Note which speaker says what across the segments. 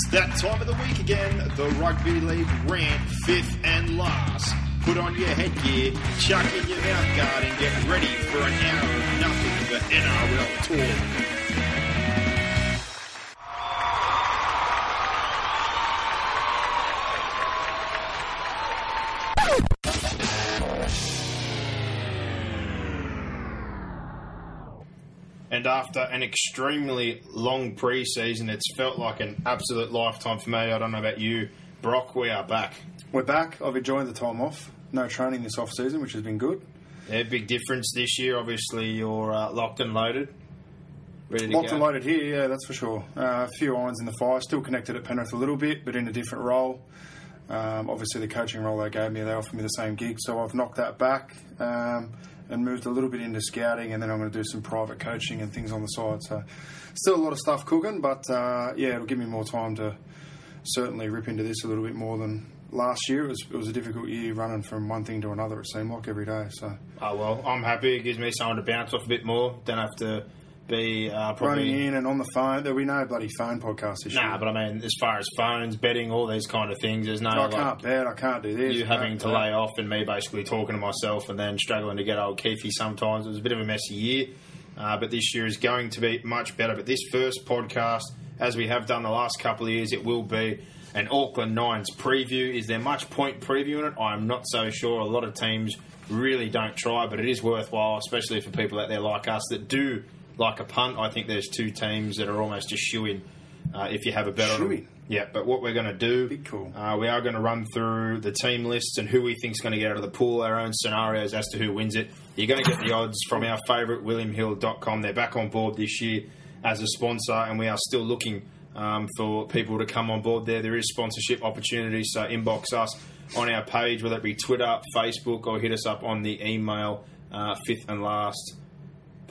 Speaker 1: It's that time of the week again. The Rugby League rant, fifth and last. Put on your headgear, chuck in your mouth guard, and get ready for an hour of nothing but NRL talk. And after an extremely long preseason, it's felt like an absolute lifetime for me. I don't know about you, Brock. We are back.
Speaker 2: We're back. I've enjoyed the time off. No training this off season, which has been good.
Speaker 1: A big difference this year. Obviously, you're uh, locked and loaded. Ready to
Speaker 2: Locked
Speaker 1: go.
Speaker 2: and loaded here, yeah, that's for sure. Uh, a few irons in the fire. Still connected at Penrith a little bit, but in a different role. Um, obviously, the coaching role they gave me, they offered me the same gig, so I've knocked that back um, and moved a little bit into scouting, and then I'm going to do some private coaching and things on the side. So, still a lot of stuff cooking, but uh, yeah, it'll give me more time to certainly rip into this a little bit more than last year. It was, it was a difficult year running from one thing to another. It seemed like every day, so.
Speaker 1: Oh well, I'm happy. It gives me someone to bounce off a bit more. Don't have to be uh, probably.
Speaker 2: running in and on the phone. There'll be no bloody phone podcast this
Speaker 1: Nah,
Speaker 2: year.
Speaker 1: but I mean, as far as phones, betting, all these kind of things, there's no
Speaker 2: I
Speaker 1: like
Speaker 2: can't bet. I can't do this. Uh,
Speaker 1: you
Speaker 2: I
Speaker 1: having
Speaker 2: can't
Speaker 1: to
Speaker 2: do that.
Speaker 1: lay off and me basically talking to myself and then struggling to get old Keefe sometimes. It was a bit of a messy year, uh, but this year is going to be much better. But this first podcast, as we have done the last couple of years, it will be an Auckland Nines preview. Is there much point previewing it? I'm not so sure. A lot of teams really don't try, but it is worthwhile, especially for people out there like us that do like a punt. I think there's two teams that are almost just shooing. Uh, if you have a bet on
Speaker 2: Shoo-in.
Speaker 1: them. Yeah, but what we're going to do
Speaker 2: Be cool.
Speaker 1: uh, we are going to run through the team lists and who we think's going to get out of the pool, our own scenarios as to who wins it. You're going to get the odds from our favourite, WilliamHill.com. They're back on board this year as a sponsor, and we are still looking um, for people to come on board there. There is sponsorship opportunities, so inbox us on our page, whether it be Twitter, Facebook, or hit us up on the email, uh, fifth and last.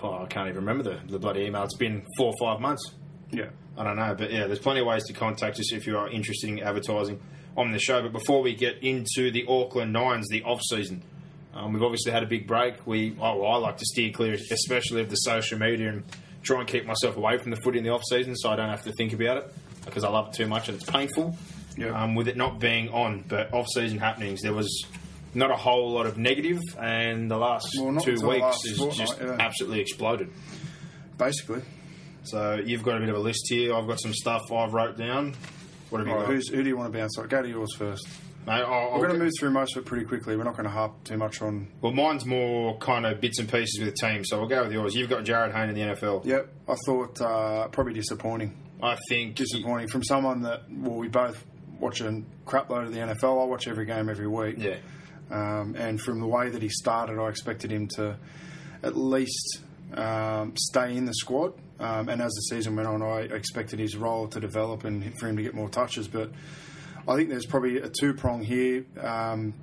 Speaker 1: Oh, I can't even remember the, the bloody email. It's been four or five months.
Speaker 2: Yeah.
Speaker 1: I don't know, but yeah, there's plenty of ways to contact us if you are interested in advertising on the show. But before we get into the Auckland Nines, the off season, um, we've obviously had a big break. We, oh, well, I like to steer clear, especially of the social media, and try and keep myself away from the footy in the off season, so I don't have to think about it because I love it too much and it's painful.
Speaker 2: Yeah.
Speaker 1: Um, with it not being on, but off season happenings, there was not a whole lot of negative, and the last
Speaker 2: Well, not
Speaker 1: two
Speaker 2: until
Speaker 1: weeks
Speaker 2: last
Speaker 1: is
Speaker 2: fortnight,
Speaker 1: just
Speaker 2: yeah.
Speaker 1: absolutely exploded.
Speaker 2: Basically.
Speaker 1: So you've got a bit of a list here. I've got some stuff I've wrote down. What have you
Speaker 2: All right,
Speaker 1: got?
Speaker 2: who's, who do you want to bounce on? Go to yours first.
Speaker 1: Mate, I'll, I'll
Speaker 2: We're going
Speaker 1: get-
Speaker 2: to move through most of it pretty quickly. We're not going to harp too much on.
Speaker 1: Well, mine's more kind of bits and pieces with the team, so we'll go with yours. You've got Jared Hayne in the NFL.
Speaker 2: Yep. I thought uh, probably disappointing.
Speaker 1: I think
Speaker 2: Disappointing from someone that, well, we both watch a crap load of the NFL. I watch every game every week.
Speaker 1: Yeah.
Speaker 2: Um, and from the way that he started, I expected him to at least um, stay in the squad. Um, and as the season went on, I expected his role to develop and for him to get more touches. But I think there's probably a two prong here. Um,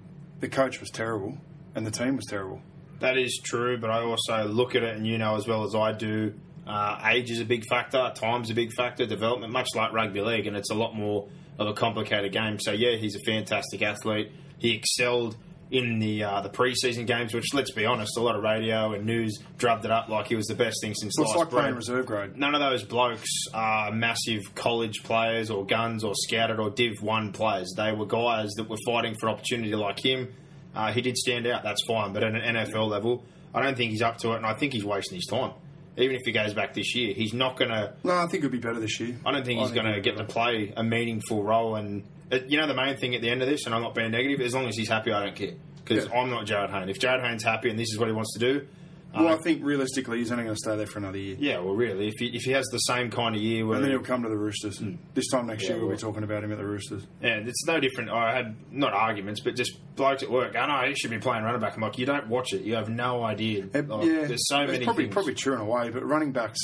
Speaker 2: the coach was terrible, and the team was terrible.
Speaker 1: That is true, but I also look at it, and you know as well as I do, uh, age is a big factor, time's a big factor, development, much like rugby league, and it's a lot more of a complicated game. So yeah, he's a fantastic athlete. He excelled in the uh, the preseason games, which let's be honest, a lot of radio and news drubbed it up like he was the best thing since
Speaker 2: So it's
Speaker 1: last
Speaker 2: like playing
Speaker 1: bread
Speaker 2: reserve grade.
Speaker 1: none of those blokes are massive college players or guns or scouted or Div 1 players. They were guys that were fighting for opportunity like him. Uh, he did stand out, that's fine. But at an NFL level, I don't think he's up to it, and I think he's wasting his time. Even if he goes back this year, he's not going to.
Speaker 2: No, I think it'd be better this year.
Speaker 1: I don't think he's going to get to play a meaningful role. And uh, you know, the main thing at the end of this, and I'm not being negative, as long as he's happy, I don't care. Because
Speaker 2: Yeah.
Speaker 1: I'm not Jared Hayne. If Jared Hayne's happy and this is what he wants to do,
Speaker 2: Well, I think realistically, he's only going to stay there for another year.
Speaker 1: yeah, well, really, if he, if he has the same kind of year where
Speaker 2: And then he'll come to the Roosters. This time next year, we'll
Speaker 1: well.
Speaker 2: be talking about him at the Roosters.
Speaker 1: Yeah, it's no different. I had not arguments, but just blokes at work. I know he should be playing running back. I'm like, you don't watch it. You have no idea.
Speaker 2: Uh,
Speaker 1: Like,
Speaker 2: yeah,
Speaker 1: Oh, There's so
Speaker 2: it's
Speaker 1: many
Speaker 2: probably
Speaker 1: things.
Speaker 2: probably true in a way, but running backs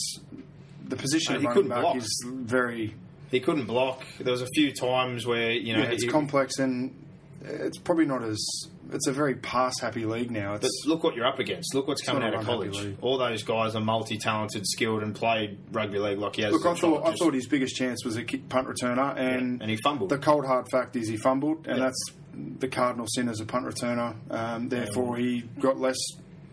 Speaker 2: the position
Speaker 1: Uh,
Speaker 2: of
Speaker 1: he
Speaker 2: running
Speaker 1: couldn't
Speaker 2: back
Speaker 1: block.
Speaker 2: is very
Speaker 1: He couldn't block. There was a few times where you know
Speaker 2: yeah, it's
Speaker 1: he-
Speaker 2: complex and it's probably not as it's a very pass happy league now.
Speaker 1: But
Speaker 2: It's
Speaker 1: look what you're up against. Look what's coming out
Speaker 2: not a
Speaker 1: of
Speaker 2: rugby
Speaker 1: college.
Speaker 2: league.
Speaker 1: All those guys are multi-talented, skilled, and played rugby league like he has. as
Speaker 2: look,
Speaker 1: a
Speaker 2: I thought
Speaker 1: child.
Speaker 2: I
Speaker 1: Just-
Speaker 2: thought his biggest chance was a kick punt returner, and
Speaker 1: Yeah, and he fumbled.
Speaker 2: The cold hard fact is he fumbled, and
Speaker 1: Yeah.
Speaker 2: that's the cardinal sin as a punt returner. Um, therefore, he got less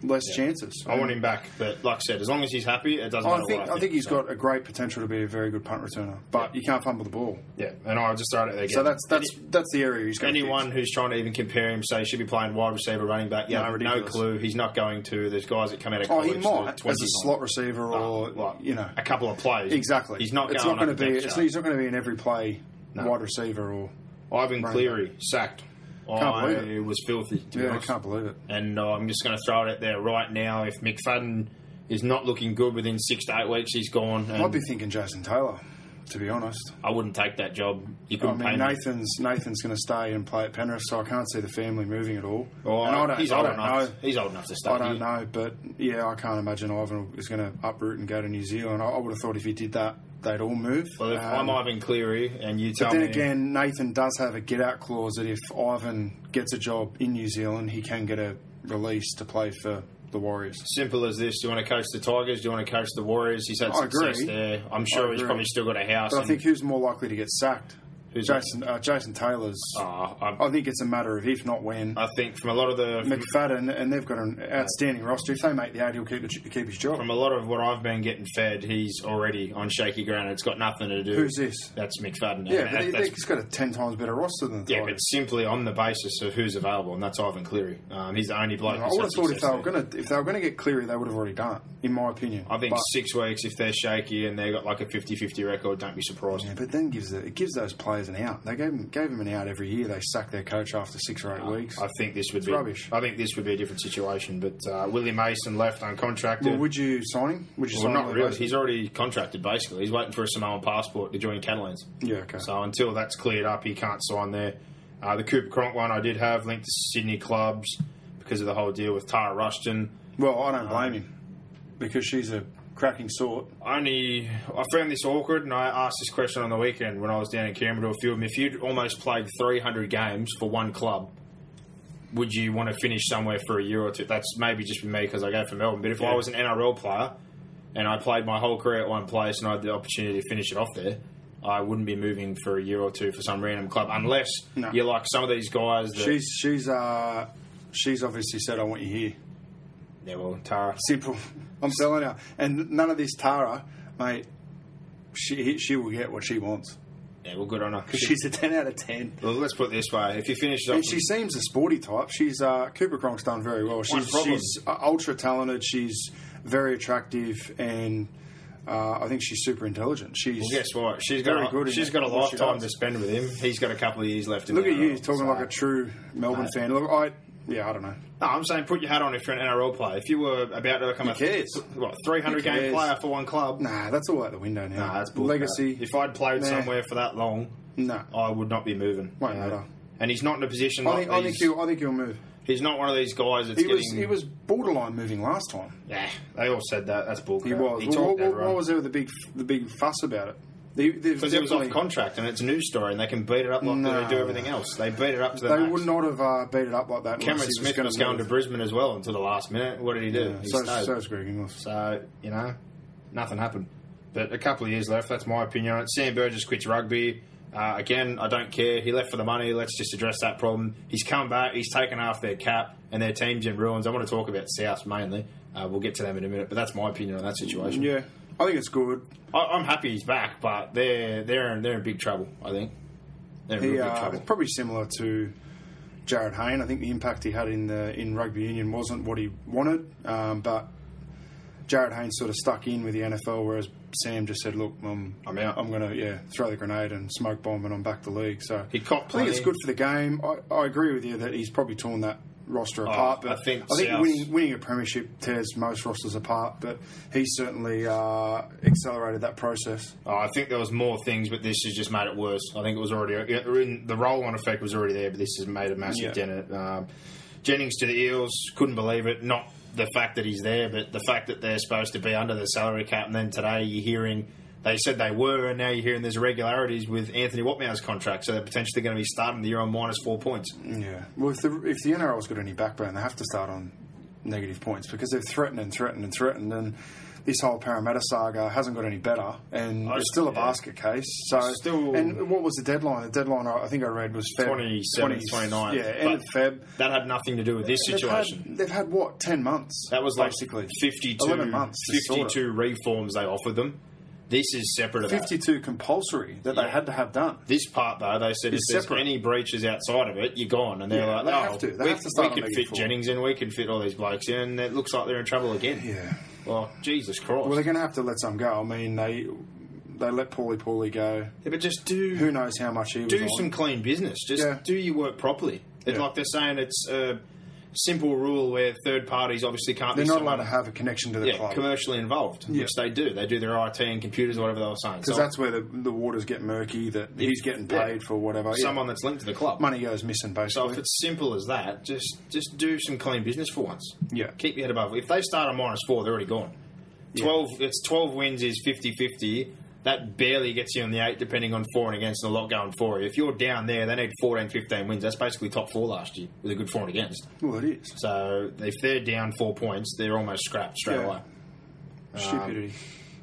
Speaker 2: less chances. Um,
Speaker 1: I want him back, but like I said, as long as he's happy, it doesn't
Speaker 2: I
Speaker 1: matter.
Speaker 2: think
Speaker 1: what
Speaker 2: I think
Speaker 1: he's
Speaker 2: he's got a great potential to be a very good punt returner, but you can't fumble the ball.
Speaker 1: yeah, and I'll just throw it at again.
Speaker 2: So that's that's that's the area he's going.
Speaker 1: anyone who's trying to even compare him, say should be playing wide receiver, running back.
Speaker 2: No,
Speaker 1: Yeah, no,
Speaker 2: ridiculous.
Speaker 1: clue. He's not going to. There's guys that come out of
Speaker 2: Oh,
Speaker 1: college.
Speaker 2: he might
Speaker 1: they're
Speaker 2: as
Speaker 1: 20
Speaker 2: a slot receiver or
Speaker 1: like,
Speaker 2: you know
Speaker 1: a couple of plays.
Speaker 2: exactly.
Speaker 1: He's not.
Speaker 2: It's
Speaker 1: going
Speaker 2: not going
Speaker 1: up
Speaker 2: to
Speaker 1: the
Speaker 2: be.
Speaker 1: depth
Speaker 2: It's,
Speaker 1: chart.
Speaker 2: he's not going to be an every play wide receiver or.
Speaker 1: Ivan
Speaker 2: Running
Speaker 1: Cleary sacked.
Speaker 2: Can't believe
Speaker 1: I
Speaker 2: it.
Speaker 1: was filthy. To be
Speaker 2: Yeah, I
Speaker 1: honest.
Speaker 2: can't believe it.
Speaker 1: And uh, I'm just going to throw it out there right now. If McFadden is not looking good within six to eight weeks, he's gone. And
Speaker 2: I'd be thinking Jason Taylor, to be honest.
Speaker 1: I wouldn't take that job. You
Speaker 2: I
Speaker 1: couldn't pay
Speaker 2: mean,
Speaker 1: me.
Speaker 2: Nathan's Nathan's going to stay and play at Penrith, so I can't see the family moving at all.
Speaker 1: Oh,
Speaker 2: and I don't,
Speaker 1: he's
Speaker 2: I
Speaker 1: old
Speaker 2: don't
Speaker 1: enough.
Speaker 2: know.
Speaker 1: He's old enough to stay.
Speaker 2: I don't
Speaker 1: here.
Speaker 2: know, but yeah, I can't imagine Ivan is going to uproot and go to New Zealand. I, I would have thought if he did that, they'd all move.
Speaker 1: Well, if
Speaker 2: Um,
Speaker 1: I'm Ivan Cleary and you tell
Speaker 2: But then
Speaker 1: me
Speaker 2: again, Nathan does have a get out clause that if Ivan gets a job in New Zealand, he can get a release to play for the Warriors.
Speaker 1: simple as this. Do you want to coach the Tigers? Do you want to coach the Warriors? He's had
Speaker 2: I
Speaker 1: success
Speaker 2: agree.
Speaker 1: there. I'm sure
Speaker 2: I
Speaker 1: he's
Speaker 2: agree.
Speaker 1: probably still got a house.
Speaker 2: But I
Speaker 1: and-
Speaker 2: think who's more likely to get sacked?
Speaker 1: Who's that?
Speaker 2: Jason uh, Jason Taylor's.
Speaker 1: Ah, I,
Speaker 2: I think it's a matter of if not when.
Speaker 1: I think from a lot of the
Speaker 2: McFadden, and they've got an outstanding roster. If they make the eight, he'll keep, the, keep his job.
Speaker 1: from a lot of what I've been getting fed, he's already on shaky ground. It's got nothing to do.
Speaker 2: Who's this?
Speaker 1: That's McFadden.
Speaker 2: yeah,
Speaker 1: And
Speaker 2: but
Speaker 1: that-
Speaker 2: he,
Speaker 1: that's-
Speaker 2: he's got a ten times better roster than the
Speaker 1: yeah, but
Speaker 2: Tigers.
Speaker 1: simply on the basis of who's available, and that's Ivan Cleary. Um, he's the only bloke.
Speaker 2: I
Speaker 1: that's
Speaker 2: would
Speaker 1: had
Speaker 2: have thought if
Speaker 1: success
Speaker 2: they were
Speaker 1: there.
Speaker 2: going to if they were going to get Cleary, they would have already done it, in my opinion.
Speaker 1: I think
Speaker 2: But-
Speaker 1: six weeks, if they're shaky and they've got like a 50-50 record, don't be surprised.
Speaker 2: Yeah, but then gives the, it gives those players an out. They gave them, gave them an out every year. They sack their coach after six or eight weeks.
Speaker 1: Uh, I think this would be
Speaker 2: rubbish.
Speaker 1: I think this would be a different situation. But uh, Willie Mason left uncontracted.
Speaker 2: well, would you sign him? Would you
Speaker 1: Well,
Speaker 2: sign
Speaker 1: not
Speaker 2: him?
Speaker 1: really. He's already contracted. Basically, he's waiting for a Samoan passport to join Catalans.
Speaker 2: Yeah, okay.
Speaker 1: So until that's cleared up, he can't sign there. Uh, the Cooper Cronk one I did have linked to Sydney clubs because of the whole deal with Tara Rushton.
Speaker 2: well, I don't
Speaker 1: um,
Speaker 2: blame him because she's a cracking sort.
Speaker 1: Only I found this awkward, and I asked this question on the weekend when I was down in Canberra to a few of them. If you'd almost played 300 games for one club, would you want to finish somewhere for a year or two? That's maybe just for me because I go for Melbourne. But if I was an NRL player and I played my whole career at one place and I had the opportunity to finish it off there, I wouldn't be moving for a year or two for some random club unless
Speaker 2: No.
Speaker 1: you're like some of these guys. That,
Speaker 2: She's she's uh she's obviously said I want you here.
Speaker 1: yeah, well, Tara.
Speaker 2: Simple. I'm telling her. And none of this Tara, mate. She she will get what she wants
Speaker 1: Yeah, well, good on her.
Speaker 2: because she's a ten out of ten.
Speaker 1: well, let's put it this way: if you finish it off,
Speaker 2: And she seems a sporty type. She's uh, Cooper Cronk's done very well. She's,
Speaker 1: problem.
Speaker 2: she's uh, ultra talented. She's very attractive, and uh, I think she's super intelligent. She's
Speaker 1: Well, guess what? She's
Speaker 2: Very
Speaker 1: got
Speaker 2: good
Speaker 1: a,
Speaker 2: in
Speaker 1: she's
Speaker 2: it,
Speaker 1: got a
Speaker 2: what she
Speaker 1: lifetime
Speaker 2: does.
Speaker 1: to spend with him. He's got a couple of years left. In
Speaker 2: look
Speaker 1: the
Speaker 2: at you
Speaker 1: NRL,
Speaker 2: talking
Speaker 1: so- uh,
Speaker 2: like a true Melbourne fan. Look, I yeah, I don't know.
Speaker 1: No, I'm saying put your hat on if you're an NRL player. If you were about to become a
Speaker 2: cares?
Speaker 1: what 300
Speaker 2: Who
Speaker 1: game
Speaker 2: cares?
Speaker 1: player for one club,
Speaker 2: Nah, that's all out the window now.
Speaker 1: nah, that's bull crap.
Speaker 2: legacy.
Speaker 1: If I'd played
Speaker 2: Nah.
Speaker 1: somewhere for that long,
Speaker 2: Nah.
Speaker 1: I would not be moving.
Speaker 2: Won't
Speaker 1: Uh,
Speaker 2: matter.
Speaker 1: And he's not in a position.
Speaker 2: I
Speaker 1: like
Speaker 2: think, I think
Speaker 1: these-
Speaker 2: he'll I think he'll move.
Speaker 1: he's not one of these guys that's
Speaker 2: He was
Speaker 1: getting.
Speaker 2: he was borderline moving last time.
Speaker 1: Yeah, they all said that. That's bull.
Speaker 2: He
Speaker 1: crap.
Speaker 2: was.
Speaker 1: He
Speaker 2: Well,
Speaker 1: talked
Speaker 2: what,
Speaker 1: to
Speaker 2: what,
Speaker 1: everyone.
Speaker 2: what was there with the big the big fuss about it? They- they've
Speaker 1: because it was off
Speaker 2: definitely-
Speaker 1: contract and it's a news story and they can beat it up like
Speaker 2: Nah.
Speaker 1: they do everything else. They beat it up to the
Speaker 2: They
Speaker 1: max.
Speaker 2: would not have uh, beat it up like that.
Speaker 1: Cameron
Speaker 2: unless he
Speaker 1: Smith was,
Speaker 2: gonna
Speaker 1: going to
Speaker 2: move.
Speaker 1: Brisbane as well until the last minute. What did he do?
Speaker 2: Yeah,
Speaker 1: He
Speaker 2: so,
Speaker 1: stayed.
Speaker 2: so is Greg Inglis.
Speaker 1: So, you know, nothing happened. But a couple of years left, that's my opinion on it. Sam Burgess quits rugby. Uh, again, I don't care. He left for the money. Let's just address that problem. He's come back. He's taken half their cap, and their team's in ruins. I want to talk about South mainly. Uh, we'll get to them in a minute, but that's my opinion on that situation.
Speaker 2: Yeah, I think it's good.
Speaker 1: I, I'm happy he's back, but they're they're in, they're in big trouble. I think they're in
Speaker 2: He,
Speaker 1: real big
Speaker 2: uh,
Speaker 1: trouble.
Speaker 2: it's probably similar to Jared Hayne. I think the impact he had in the in rugby union wasn't what he wanted, um, but Jared Hayne sort of stuck in with the NFL, whereas Sam just said, "Look, I'm,
Speaker 1: I'm out.
Speaker 2: I'm gonna yeah throw the grenade and smoke bomb, and I'm back the league." So
Speaker 1: He copped
Speaker 2: I think it's
Speaker 1: plenty.
Speaker 2: good for the game. I, I agree with you that he's probably torn that roster apart.
Speaker 1: Oh, I
Speaker 2: but
Speaker 1: think
Speaker 2: I think
Speaker 1: South-
Speaker 2: winning, winning a premiership tears most rosters apart, but he certainly uh, accelerated that process.
Speaker 1: Oh, I think there was more things, but this has just made it worse. I think it was already yeah, in- the roll-on effect was already there, but this has made a massive
Speaker 2: Yeah.
Speaker 1: dent. in it. Um, Jennings to the Eels, couldn't believe it. Not the fact that he's there, but the fact that they're supposed to be under the salary cap. And then today you're hearing they said they were, and now you're hearing there's irregularities with Anthony Watmouth's contract, so they're potentially going to be starting the year on minus four points.
Speaker 2: Yeah. Well, if the, if the NRL's got any backbone, they have to start on negative points because they've threatened and threatened and threatened, and this whole Parramatta saga hasn't got any better, and
Speaker 1: I-
Speaker 2: it's still a
Speaker 1: yeah.
Speaker 2: basket case. So,
Speaker 1: Still-
Speaker 2: and what was the deadline? The deadline I I think I read was Feb
Speaker 1: 27, 29.
Speaker 2: Yeah, end of
Speaker 1: But
Speaker 2: Feb.
Speaker 1: That had nothing to do with this
Speaker 2: They've
Speaker 1: situation.
Speaker 2: had, they've had what ten months?
Speaker 1: That was like
Speaker 2: basically
Speaker 1: 52,
Speaker 2: 11 months. to sort it.
Speaker 1: 52 reforms they offered them. This is separate of that.
Speaker 2: 52 compulsory that they
Speaker 1: Yeah.
Speaker 2: had to have done.
Speaker 1: This part, though, they said if
Speaker 2: It's
Speaker 1: there's
Speaker 2: separate.
Speaker 1: any breaches outside of it, you're gone. And they're
Speaker 2: Yeah,
Speaker 1: like,
Speaker 2: they
Speaker 1: oh,
Speaker 2: have to. They
Speaker 1: we,
Speaker 2: have to
Speaker 1: we
Speaker 2: start on
Speaker 1: can
Speaker 2: making
Speaker 1: fit
Speaker 2: four.
Speaker 1: Jennings in, we can fit all these blokes in, and it looks like they're in trouble again.
Speaker 2: Yeah.
Speaker 1: Well, Jesus Christ.
Speaker 2: Well, they're going to have to let some go. I mean, they they let Paulie Paulie go.
Speaker 1: Yeah, but just do
Speaker 2: Who knows how much he was
Speaker 1: do
Speaker 2: on.
Speaker 1: some clean business. Just
Speaker 2: Yeah.
Speaker 1: do your work properly. It's
Speaker 2: Yeah.
Speaker 1: like they're saying it's a simple rule where third parties obviously can't
Speaker 2: They're
Speaker 1: be
Speaker 2: not
Speaker 1: someone-
Speaker 2: allowed to have a connection to the
Speaker 1: yeah,
Speaker 2: club
Speaker 1: commercially involved, which they do. They do their IT and computers or whatever they were saying.
Speaker 2: because
Speaker 1: So
Speaker 2: that's where the, the waters get murky. That he's getting
Speaker 1: yeah,
Speaker 2: paid for whatever. yeah.
Speaker 1: someone that's linked to the club.
Speaker 2: money goes missing
Speaker 1: So
Speaker 2: basically.
Speaker 1: if it's simple as that, just just do some clean business for once.
Speaker 2: Yeah.
Speaker 1: Keep your head above. If they start on minus four, they're already gone. Twelve it's twelve wins is 50-50. That barely gets you on the eight, depending on for and against and a lot going for you. If you're down there, they need 14, 15 wins. That's basically top four last year with a good for and against.
Speaker 2: well, it is
Speaker 1: So if they're down four points, they're almost scrapped straight
Speaker 2: Yeah.
Speaker 1: away. Um,
Speaker 2: stupidity.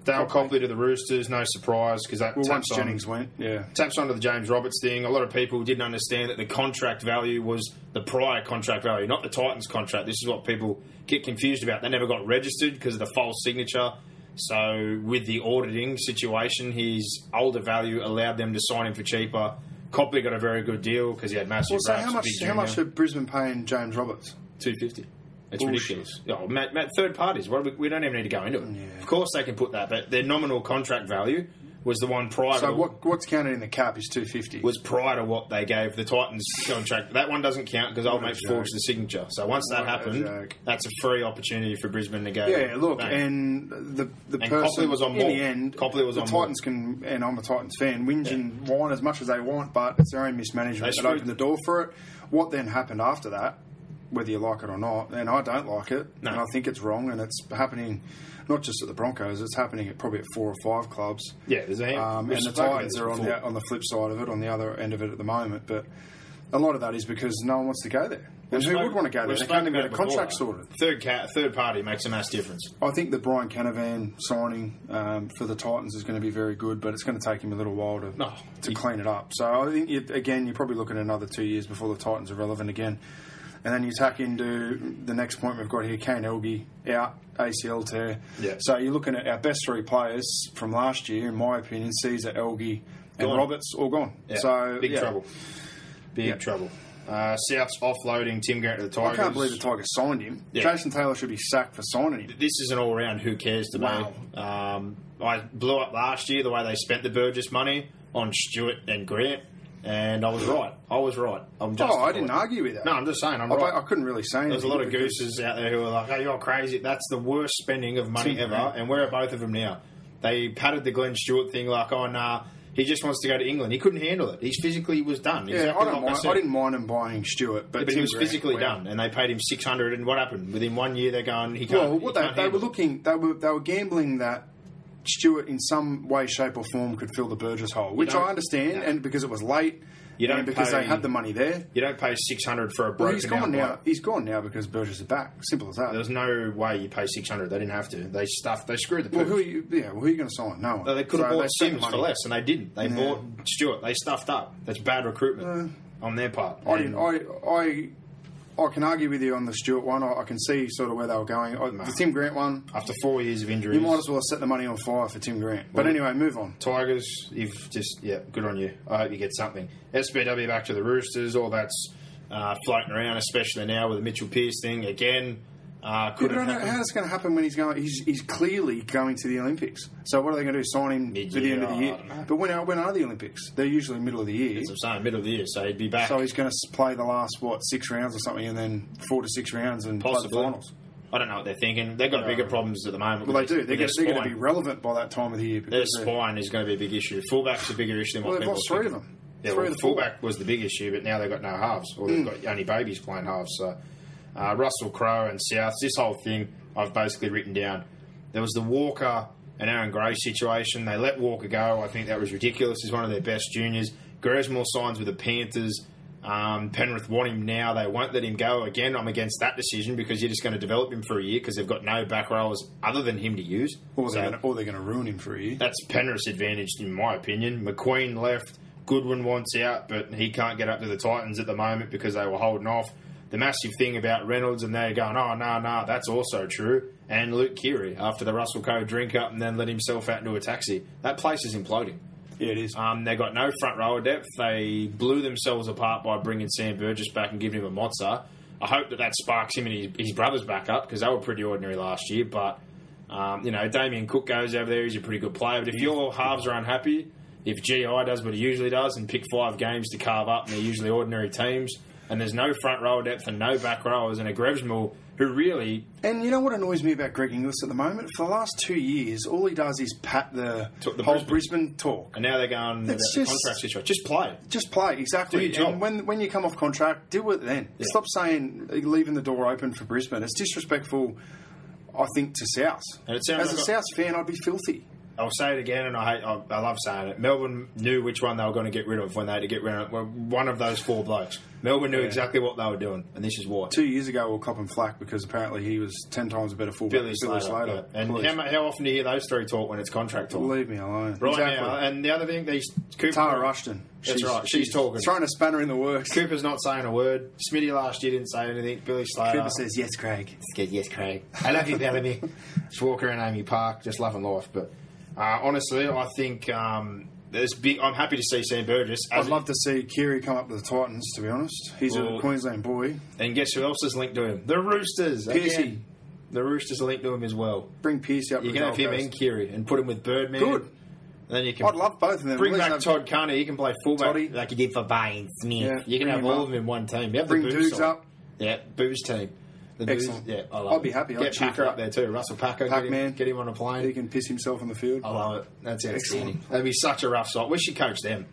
Speaker 1: Dale Copley to the Roosters, no surprise because that
Speaker 2: Well, once
Speaker 1: taps on-
Speaker 2: Jennings went, yeah,
Speaker 1: taps onto the James Roberts thing. A lot of people didn't understand that the contract value was the prior contract value, not the Titans contract. This is what people get confused about. They never got registered because of the false signature. So, with the auditing situation, his older value allowed them to sign him for cheaper. Copley got a very good deal because he had massive.
Speaker 2: Well, so
Speaker 1: raps,
Speaker 2: how much?
Speaker 1: big
Speaker 2: How much
Speaker 1: junior.
Speaker 2: did Brisbane paying James Roberts?
Speaker 1: Two fifty. It's
Speaker 2: Bullshit.
Speaker 1: ridiculous. Oh, Matt, Matt, third parties. What, we, we don't even need to go into it. Of course, they can put that, but their nominal contract value was the one prior. to
Speaker 2: So
Speaker 1: the-
Speaker 2: what? What's counted in the cap is two fifty.
Speaker 1: was prior to what they gave the Titans contract. That one doesn't count because old
Speaker 2: What a
Speaker 1: mate
Speaker 2: joke.
Speaker 1: forged the signature. So once that
Speaker 2: What a
Speaker 1: happened,
Speaker 2: joke.
Speaker 1: that's a free opportunity for Brisbane to go.
Speaker 2: Yeah, yeah, look,
Speaker 1: bang.
Speaker 2: and the the
Speaker 1: And
Speaker 2: person
Speaker 1: Copley was on
Speaker 2: in
Speaker 1: more.
Speaker 2: the end.
Speaker 1: Copley was
Speaker 2: the
Speaker 1: on more.
Speaker 2: Titans can, and I'm a Titans fan. Whinge and whine as much as they want, but it's their own mismanagement
Speaker 1: They
Speaker 2: that
Speaker 1: screwed-
Speaker 2: opened the door for it. What then happened after that? Whether you like it or not, and I don't like it,
Speaker 1: No.
Speaker 2: and I think it's wrong, and it's happening not just at the Broncos. It's happening at probably at four or five clubs.
Speaker 1: yeah, there's a hand.
Speaker 2: Um,
Speaker 1: We've
Speaker 2: and the
Speaker 1: spoken about
Speaker 2: Titans
Speaker 1: this
Speaker 2: are on
Speaker 1: before.
Speaker 2: the, on the flip side of it, on the other end of it at the moment. But a lot of that is because no one wants to go there. And who
Speaker 1: We've
Speaker 2: would want to go there?
Speaker 1: we've
Speaker 2: They can't
Speaker 1: spoken
Speaker 2: even get a
Speaker 1: about it
Speaker 2: contract
Speaker 1: before, though.
Speaker 2: sorted.
Speaker 1: Third, ca- third party makes a mass difference.
Speaker 2: I think the Brian Canavan signing um, for the Titans is going to be very good, but it's going to take him a little while to,
Speaker 1: No.
Speaker 2: to clean it up. So I think, you, again, you're probably looking at another two years before the Titans are relevant again. And then you tack into the next point we've got here, Kane Elby out, ACL tear.
Speaker 1: Yeah.
Speaker 2: So you're looking at our best three players from last year, in my opinion, Caesar, Elgie and
Speaker 1: Gone.
Speaker 2: Roberts, all gone.
Speaker 1: Yeah,
Speaker 2: So
Speaker 1: big
Speaker 2: yeah.
Speaker 1: trouble. Big
Speaker 2: Yeah.
Speaker 1: trouble. Uh, South's offloading Tim Grant to the
Speaker 2: I
Speaker 1: Tigers.
Speaker 2: can't believe the Tigers signed him.
Speaker 1: Yeah.
Speaker 2: Jason Taylor should be sacked for signing him.
Speaker 1: this is an all round who cares today. Um, I blew up last year the way they spent the Burgess money on Stewart and Grant, and I was right. I was right. I'm just
Speaker 2: Oh, I didn't argue with that.
Speaker 1: No, I'm just saying I'm
Speaker 2: I,
Speaker 1: right.
Speaker 2: I couldn't really say anything.
Speaker 1: There's a lot of
Speaker 2: because-
Speaker 1: gooses out there who are like, "Oh, you're crazy! That's the worst spending of money ever." And where are both of them now? They patted the Glenn Stewart thing like, "Oh, nah." He just wants to go to England. He couldn't handle it. He's physically was done.
Speaker 2: Yeah,
Speaker 1: Exactly
Speaker 2: I,
Speaker 1: like
Speaker 2: don't mind,
Speaker 1: said.
Speaker 2: I didn't mind him buying Stewart, but,
Speaker 1: But he
Speaker 2: Tim
Speaker 1: was
Speaker 2: Grant,
Speaker 1: physically
Speaker 2: wow.
Speaker 1: done, and they paid him six hundred. And what happened within one year? They're going. He can't.
Speaker 2: Well,
Speaker 1: he
Speaker 2: what they,
Speaker 1: can't
Speaker 2: they were
Speaker 1: handle it.
Speaker 2: looking, they were they were gambling that Stewart in some way, shape, or form could fill the Burgess hole, which
Speaker 1: don't-
Speaker 2: I understand, and because it was late,
Speaker 1: You don't
Speaker 2: and because
Speaker 1: pay-
Speaker 2: they had the money there.
Speaker 1: You don't pay six hundred for a broken
Speaker 2: Well, he's gone
Speaker 1: out
Speaker 2: now.
Speaker 1: bloke.
Speaker 2: He's gone now because Burgess is back. Simple as that.
Speaker 1: There's no way you pay six hundred. They didn't have to. They stuffed. They screwed the.
Speaker 2: well,
Speaker 1: Pooch.
Speaker 2: who are you? Yeah, well, who are you going to sign? No one.
Speaker 1: they could
Speaker 2: So
Speaker 1: have bought
Speaker 2: spent
Speaker 1: Sims
Speaker 2: the
Speaker 1: for
Speaker 2: money.
Speaker 1: less, and they didn't. They
Speaker 2: Yeah.
Speaker 1: bought Stewart. They stuffed up. That's bad recruitment on their part.
Speaker 2: I didn't. I, I, I can argue with you on the Stewart one. I, I can see sort of where they were going. I, the Tim Grant one.
Speaker 1: After four years of injuries,
Speaker 2: You might as well set the money on fire for Tim Grant. But anyway, move on.
Speaker 1: Tigers, you've just yeah, good on you. I hope you get something. SBW back to the Roosters. All that's uh, floating around, especially now with the Mitchell Pearce thing again. Uh,
Speaker 2: Yeah,
Speaker 1: could
Speaker 2: but I
Speaker 1: have
Speaker 2: don't know how
Speaker 1: happened.
Speaker 2: that's going to happen when he's going. He's, he's clearly going to the Olympics. So what are they going to do? Sign him to the
Speaker 1: Mid-year,
Speaker 2: end of
Speaker 1: I
Speaker 2: the year?
Speaker 1: don't know.
Speaker 2: But when are, when are the Olympics? They're usually middle of the year.
Speaker 1: It's the same middle of the year, so he'd be back.
Speaker 2: So he's going to play the last what six rounds or something, and then four to six rounds and play
Speaker 1: possibly.
Speaker 2: the finals.
Speaker 1: I don't know what they're thinking. They've got bigger problems at the moment.
Speaker 2: Well, they
Speaker 1: with
Speaker 2: do.
Speaker 1: their-
Speaker 2: They're,
Speaker 1: with their
Speaker 2: gonna- they're going to
Speaker 1: spine.
Speaker 2: be relevant by that time of the year.
Speaker 1: Their
Speaker 2: because they're-
Speaker 1: spine is going to be a big issue. Fullback's a bigger issue than
Speaker 2: Well,
Speaker 1: what
Speaker 2: they've
Speaker 1: people
Speaker 2: lost three of
Speaker 1: think.
Speaker 2: them.
Speaker 1: Yeah,
Speaker 2: Three
Speaker 1: well, Mm.
Speaker 2: of the
Speaker 1: fullback was the big issue, but now they've got no halves, or they've got only babies playing halves. So uh, Russell Crowe and Souths. This whole thing I've basically written down. There was the Walker and Aaron Gray situation. They let Walker go. I think that was ridiculous. He's one of their best juniors. Gersmore signs with the Panthers. Um, Penrith want him now. They won't let him go. Again, I'm against that decision because you're just going to develop him for a year because they've got no back rowers other than him to use.
Speaker 2: Or they're
Speaker 1: So-
Speaker 2: gonna- or they're going to ruin him for a year.
Speaker 1: that's Penrith's advantage, in my opinion. McQueen left. Goodwin wants out, but he can't get up to the Titans at the moment because they were holding off. The massive thing about Reynolds, and they're going, oh, no, no, that's also true. And Luke Keary, after the Russell Crowe drink up and then let himself out into a taxi. That place is imploding.
Speaker 2: Yeah, it is.
Speaker 1: Um, they got no front rower depth. They blew themselves apart by bringing Sam Burgess back and giving him a Mozza. I hope that that sparks him and his, his brothers back up because they were pretty ordinary last year. But um, you know, Damien Cook goes over there; he's a pretty good player. But if your halves are unhappy, if GI does what he usually does and pick five games to carve up, and they're usually ordinary teams, and there's no front rower depth and no back rowers, and a Grevesmill who really
Speaker 2: And you know what annoys me about Greg Inglis at the moment? For the last two years, all he does is pat the,
Speaker 1: Took the
Speaker 2: whole
Speaker 1: Brisbane.
Speaker 2: Brisbane, talk.
Speaker 1: and now they're going about
Speaker 2: It's
Speaker 1: the
Speaker 2: just-
Speaker 1: contract situation. Just play.
Speaker 2: Just play
Speaker 1: Do
Speaker 2: exactly.
Speaker 1: your job.
Speaker 2: And when when you come off contract, do it then. Stop saying leaving the door open for Brisbane. It's disrespectful. I think to South.
Speaker 1: And it sounds
Speaker 2: As a
Speaker 1: like a-
Speaker 2: South fan, I'd be filthy.
Speaker 1: I'll say it again, and I hate, I, I love saying it. Melbourne knew which one they were going to get rid of when they had to get rid of well, one of those four blokes. Melbourne knew exactly what they were doing, and this is why.
Speaker 2: Two years ago, we were copping flack because apparently he was ten times a better fullback.
Speaker 1: Billy
Speaker 2: than
Speaker 1: Slater. yeah. And
Speaker 2: Please.
Speaker 1: how, mu- how often do you hear those three talk when it's contract talk?
Speaker 2: Leave me alone.
Speaker 1: right
Speaker 2: exactly.
Speaker 1: now, and the other thing, these Cooper,
Speaker 2: Tara Rushton.
Speaker 1: That's right, she's talking.
Speaker 2: Throwing a spanner in the works.
Speaker 1: Cooper's not saying a word. Smitty last year didn't say anything. Billy Slater.
Speaker 2: Cooper says, "Yes, Craig."
Speaker 1: Yes, yes, Craig. I love you, Bellamy. It's Walker and Amy Park, just loving life. But uh, honestly, I think um, there's big. I'm happy to see Sam Burgess. as-
Speaker 2: I'd love to see Kiri come up to the Titans. To be honest, he's
Speaker 1: Well-
Speaker 2: a Queensland boy.
Speaker 1: And guess who else is linked to him? The Roosters.
Speaker 2: Piercy.
Speaker 1: Again. The Roosters are linked to him as well.
Speaker 2: Bring Piercy up.
Speaker 1: You
Speaker 2: to
Speaker 1: can
Speaker 2: the
Speaker 1: have him
Speaker 2: Gold
Speaker 1: and
Speaker 2: Coast.
Speaker 1: Kiri and put him with Birdman.
Speaker 2: Good.
Speaker 1: And then you can.
Speaker 2: I'd love both of them.
Speaker 1: Bring
Speaker 2: At least
Speaker 1: back
Speaker 2: have-
Speaker 1: Todd Carney. He can play fullback
Speaker 2: Toddy.
Speaker 1: like he did for Bain Smith.
Speaker 2: Yeah,
Speaker 1: you can
Speaker 2: bring
Speaker 1: have
Speaker 2: him
Speaker 1: all
Speaker 2: up.
Speaker 1: of them in one team. You have
Speaker 2: Bring
Speaker 1: the
Speaker 2: Dukes
Speaker 1: Boobs
Speaker 2: up.
Speaker 1: Yeah, Boobs team. The
Speaker 2: Excellent.
Speaker 1: Boobs- yeah, I love
Speaker 2: I'd be
Speaker 1: it.
Speaker 2: happy. I'd
Speaker 1: Get
Speaker 2: cheer
Speaker 1: Packer
Speaker 2: for
Speaker 1: up there too. Russell Packer. Get him,
Speaker 2: Pac-Man.
Speaker 1: get him on a plane.
Speaker 2: He can piss himself on the field.
Speaker 1: I love it. That's outstanding.
Speaker 2: Excellent.
Speaker 1: That'd be such a rough side. We should coach them.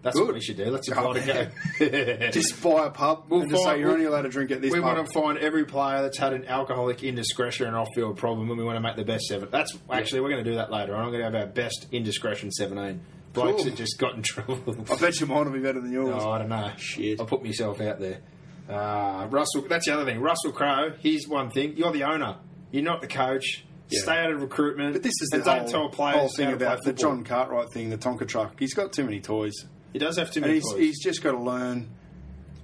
Speaker 1: That's what
Speaker 2: Good.
Speaker 1: we should do. Let's
Speaker 2: Oh,
Speaker 1: invite a game.
Speaker 2: Just buy a pub
Speaker 1: We'll
Speaker 2: and just
Speaker 1: find-
Speaker 2: say you're
Speaker 1: we'll-
Speaker 2: only allowed to drink at this
Speaker 1: We
Speaker 2: pub.
Speaker 1: want to find every player that's had an alcoholic indiscretion and off-field problem, and we want to make the best seven. That's actually we're going to do that later. on. I'm going to have our best indiscretion seventeen blokes
Speaker 2: Cool.
Speaker 1: that just got in trouble.
Speaker 2: I bet you mine will be better than yours.
Speaker 1: Oh, I don't know. Shit. I put myself out there. Uh, Russell, that's the other thing. Russell Crowe, here's one thing. You're the owner. You're not the coach. Stay out of recruitment.
Speaker 2: But this is
Speaker 1: and
Speaker 2: the
Speaker 1: don't
Speaker 2: whole,
Speaker 1: tell players
Speaker 2: whole
Speaker 1: how
Speaker 2: thing
Speaker 1: to play
Speaker 2: about the
Speaker 1: football.
Speaker 2: John Cartwright thing, the Tonka truck. He's got too many toys,
Speaker 1: He does have too
Speaker 2: and
Speaker 1: many.
Speaker 2: he's,
Speaker 1: toys.
Speaker 2: he's just got to learn.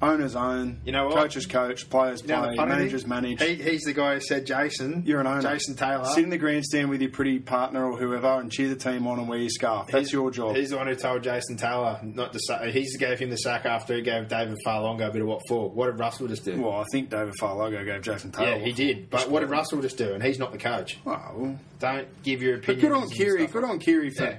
Speaker 2: Owners own.
Speaker 1: You know what?
Speaker 2: Coaches coach. Players
Speaker 1: You know the
Speaker 2: play.
Speaker 1: funny thing?
Speaker 2: Managers manage.
Speaker 1: He, he's the guy who said Jason.
Speaker 2: You're an owner.
Speaker 1: Jason Taylor.
Speaker 2: Sit in the grandstand with your pretty partner or whoever and cheer the team on and wear your scarf. That's your job.
Speaker 1: He's the one who told Jason Taylor not to sack. He's gave him the sack after he gave David Farlongo a bit of what for. What did Russell just do?
Speaker 2: well, I think David Farlogo gave Jackson Taylor.
Speaker 1: yeah, he did. But what did Russell just do? And he's not the coach.
Speaker 2: Oh, well.
Speaker 1: Don't give your
Speaker 2: But
Speaker 1: opinion.
Speaker 2: good on Kiri. Good on Kiri for
Speaker 1: Yeah.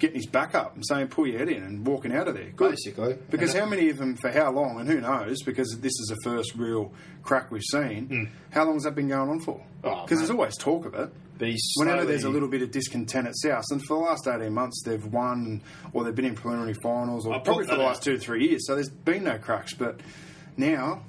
Speaker 2: getting his back up and saying, pull your head in and walking out of there. Good.
Speaker 1: Basically.
Speaker 2: Because how many of them, for how long, and who knows, because this is the first real crack we've seen, how long has that been going on for?
Speaker 1: Hmm. Oh,
Speaker 2: Because there's always talk of it.
Speaker 1: Be
Speaker 2: Whenever there's a little bit of discontent at South, and for the last 18 months they've won or they've been in preliminary finals or
Speaker 1: I'll put
Speaker 2: probably for
Speaker 1: that
Speaker 2: the last
Speaker 1: out.
Speaker 2: two, three years, so there's been no cracks. But now,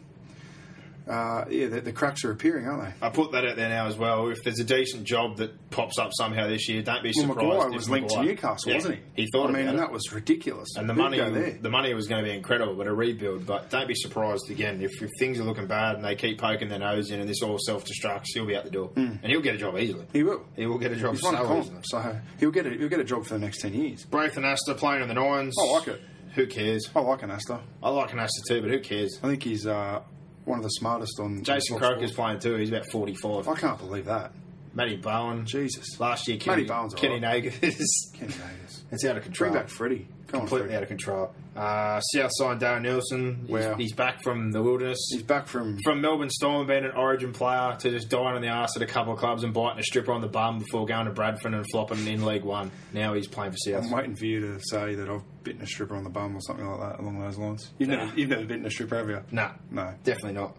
Speaker 2: uh, yeah, the, the cracks are appearing, aren't they?
Speaker 1: I put that out there now as well. If there's a decent job that pops up somehow this year, don't be
Speaker 2: Well,
Speaker 1: surprised.
Speaker 2: Maguire
Speaker 1: if
Speaker 2: was linked
Speaker 1: Maguire-
Speaker 2: to Newcastle,
Speaker 1: Yeah,
Speaker 2: wasn't he?
Speaker 1: He thought
Speaker 2: I mean,
Speaker 1: about
Speaker 2: and
Speaker 1: it.
Speaker 2: that was ridiculous.
Speaker 1: And the
Speaker 2: Who'd
Speaker 1: money,
Speaker 2: go there?
Speaker 1: the money was going to be incredible, but a rebuild. But don't be surprised again if, if things are looking bad and they keep poking their nose in, and this all self destructs. He'll be out the door, and he'll get a job easily.
Speaker 2: Hmm. He will.
Speaker 1: He will get a job
Speaker 2: He's won a
Speaker 1: so
Speaker 2: comp,
Speaker 1: easily.
Speaker 2: so he'll get a, he'll get a job for the next ten years.
Speaker 1: Braith and Asta playing on the nines.
Speaker 2: I like it.
Speaker 1: Who cares?
Speaker 2: I like an Asta.
Speaker 1: I like an Asta too, but who cares?
Speaker 2: I think he's uh, one of the smartest on.
Speaker 1: Jason
Speaker 2: on
Speaker 1: Croker's
Speaker 2: Fox
Speaker 1: playing too. He's about
Speaker 2: Sports.
Speaker 1: forty-five.
Speaker 2: I can't believe that.
Speaker 1: Matty Bowen.
Speaker 2: Jesus.
Speaker 1: Last year, Kenny,
Speaker 2: Matty Bowen's all
Speaker 1: Kenny
Speaker 2: right.
Speaker 1: Nagers.
Speaker 2: Kenny Davis.
Speaker 1: It's out of control.
Speaker 2: Bring back Freddie. Come on,
Speaker 1: Completely
Speaker 2: Freddie.
Speaker 1: out of control. Uh, South side Darren Nelson. He's,
Speaker 2: Wow.
Speaker 1: he's back from the wilderness.
Speaker 2: He's back from.
Speaker 1: from Melbourne Storm being an origin player to just dying on the arse at a couple of clubs and biting a stripper on the bum before going to Bradford and flopping in League One. Now he's playing for South.
Speaker 2: I'm waiting for you to say that I've bitten a stripper on the bum or something like that along those lines. You've, never, you've never bitten a stripper, have you?
Speaker 1: Nah,
Speaker 2: No.
Speaker 1: definitely not.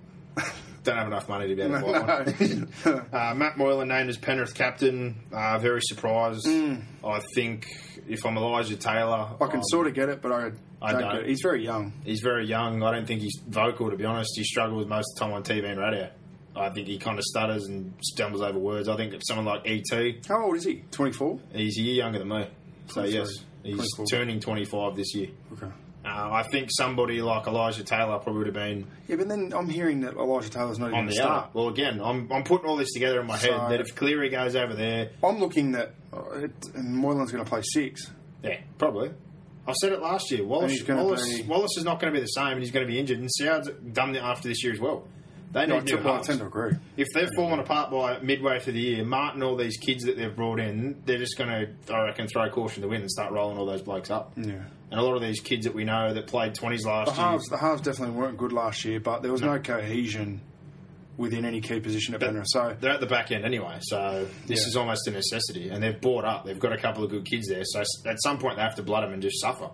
Speaker 1: don't have enough money to be able to buy one. uh, Matt Moylan named as Penrith captain. Uh, very surprised. I think if I'm Elijah Taylor,
Speaker 2: Hmm. I can
Speaker 1: um,
Speaker 2: sort of get it, but I don't,
Speaker 1: I don't.
Speaker 2: get it. He's very young.
Speaker 1: He's very young. I don't think he's vocal, to be honest. He struggles most of the time on TV and radio. I think he kind of stutters and stumbles over words. I think if someone like E ET,
Speaker 2: How old is he? 24?
Speaker 1: he's a year younger than me. So,
Speaker 2: 23.
Speaker 1: yes, he's
Speaker 2: 24.
Speaker 1: turning 25 this year.
Speaker 2: Okay.
Speaker 1: Uh, I think somebody like Elijah Taylor probably would have been
Speaker 2: Yeah, but then I'm hearing that Elijah Taylor's not even
Speaker 1: on
Speaker 2: a
Speaker 1: the
Speaker 2: start.
Speaker 1: start. Well, again, I'm, I'm putting all this together in my head
Speaker 2: So-
Speaker 1: that if Cleary goes over there,
Speaker 2: I'm looking that uh, it, and Moylan's going to play six.
Speaker 1: yeah, probably. I said it last year. Wallace,
Speaker 2: he's gonna
Speaker 1: Wallace,
Speaker 2: be-
Speaker 1: Wallace is not going to be the same, and he's going to be injured. And Sowd's done it after this year as well. They
Speaker 2: I
Speaker 1: need new
Speaker 2: tip- I
Speaker 1: halves.
Speaker 2: tend to agree.
Speaker 1: If they're falling apart by midway through the year, Martin, all these kids that they've brought in, they're just going to, I reckon, throw caution to the wind and start rolling all those blokes up. Yeah. And a lot of these kids that we know that played 20s last
Speaker 2: The halves,
Speaker 1: year.
Speaker 2: the halves definitely weren't good last year, but there was no, cohesion within any key position at Penrith. So
Speaker 1: They're at the back end anyway, so this is almost a necessity. And they've bought up; they've got a couple of good kids there. So s- at some point, they have to blood them and just suffer.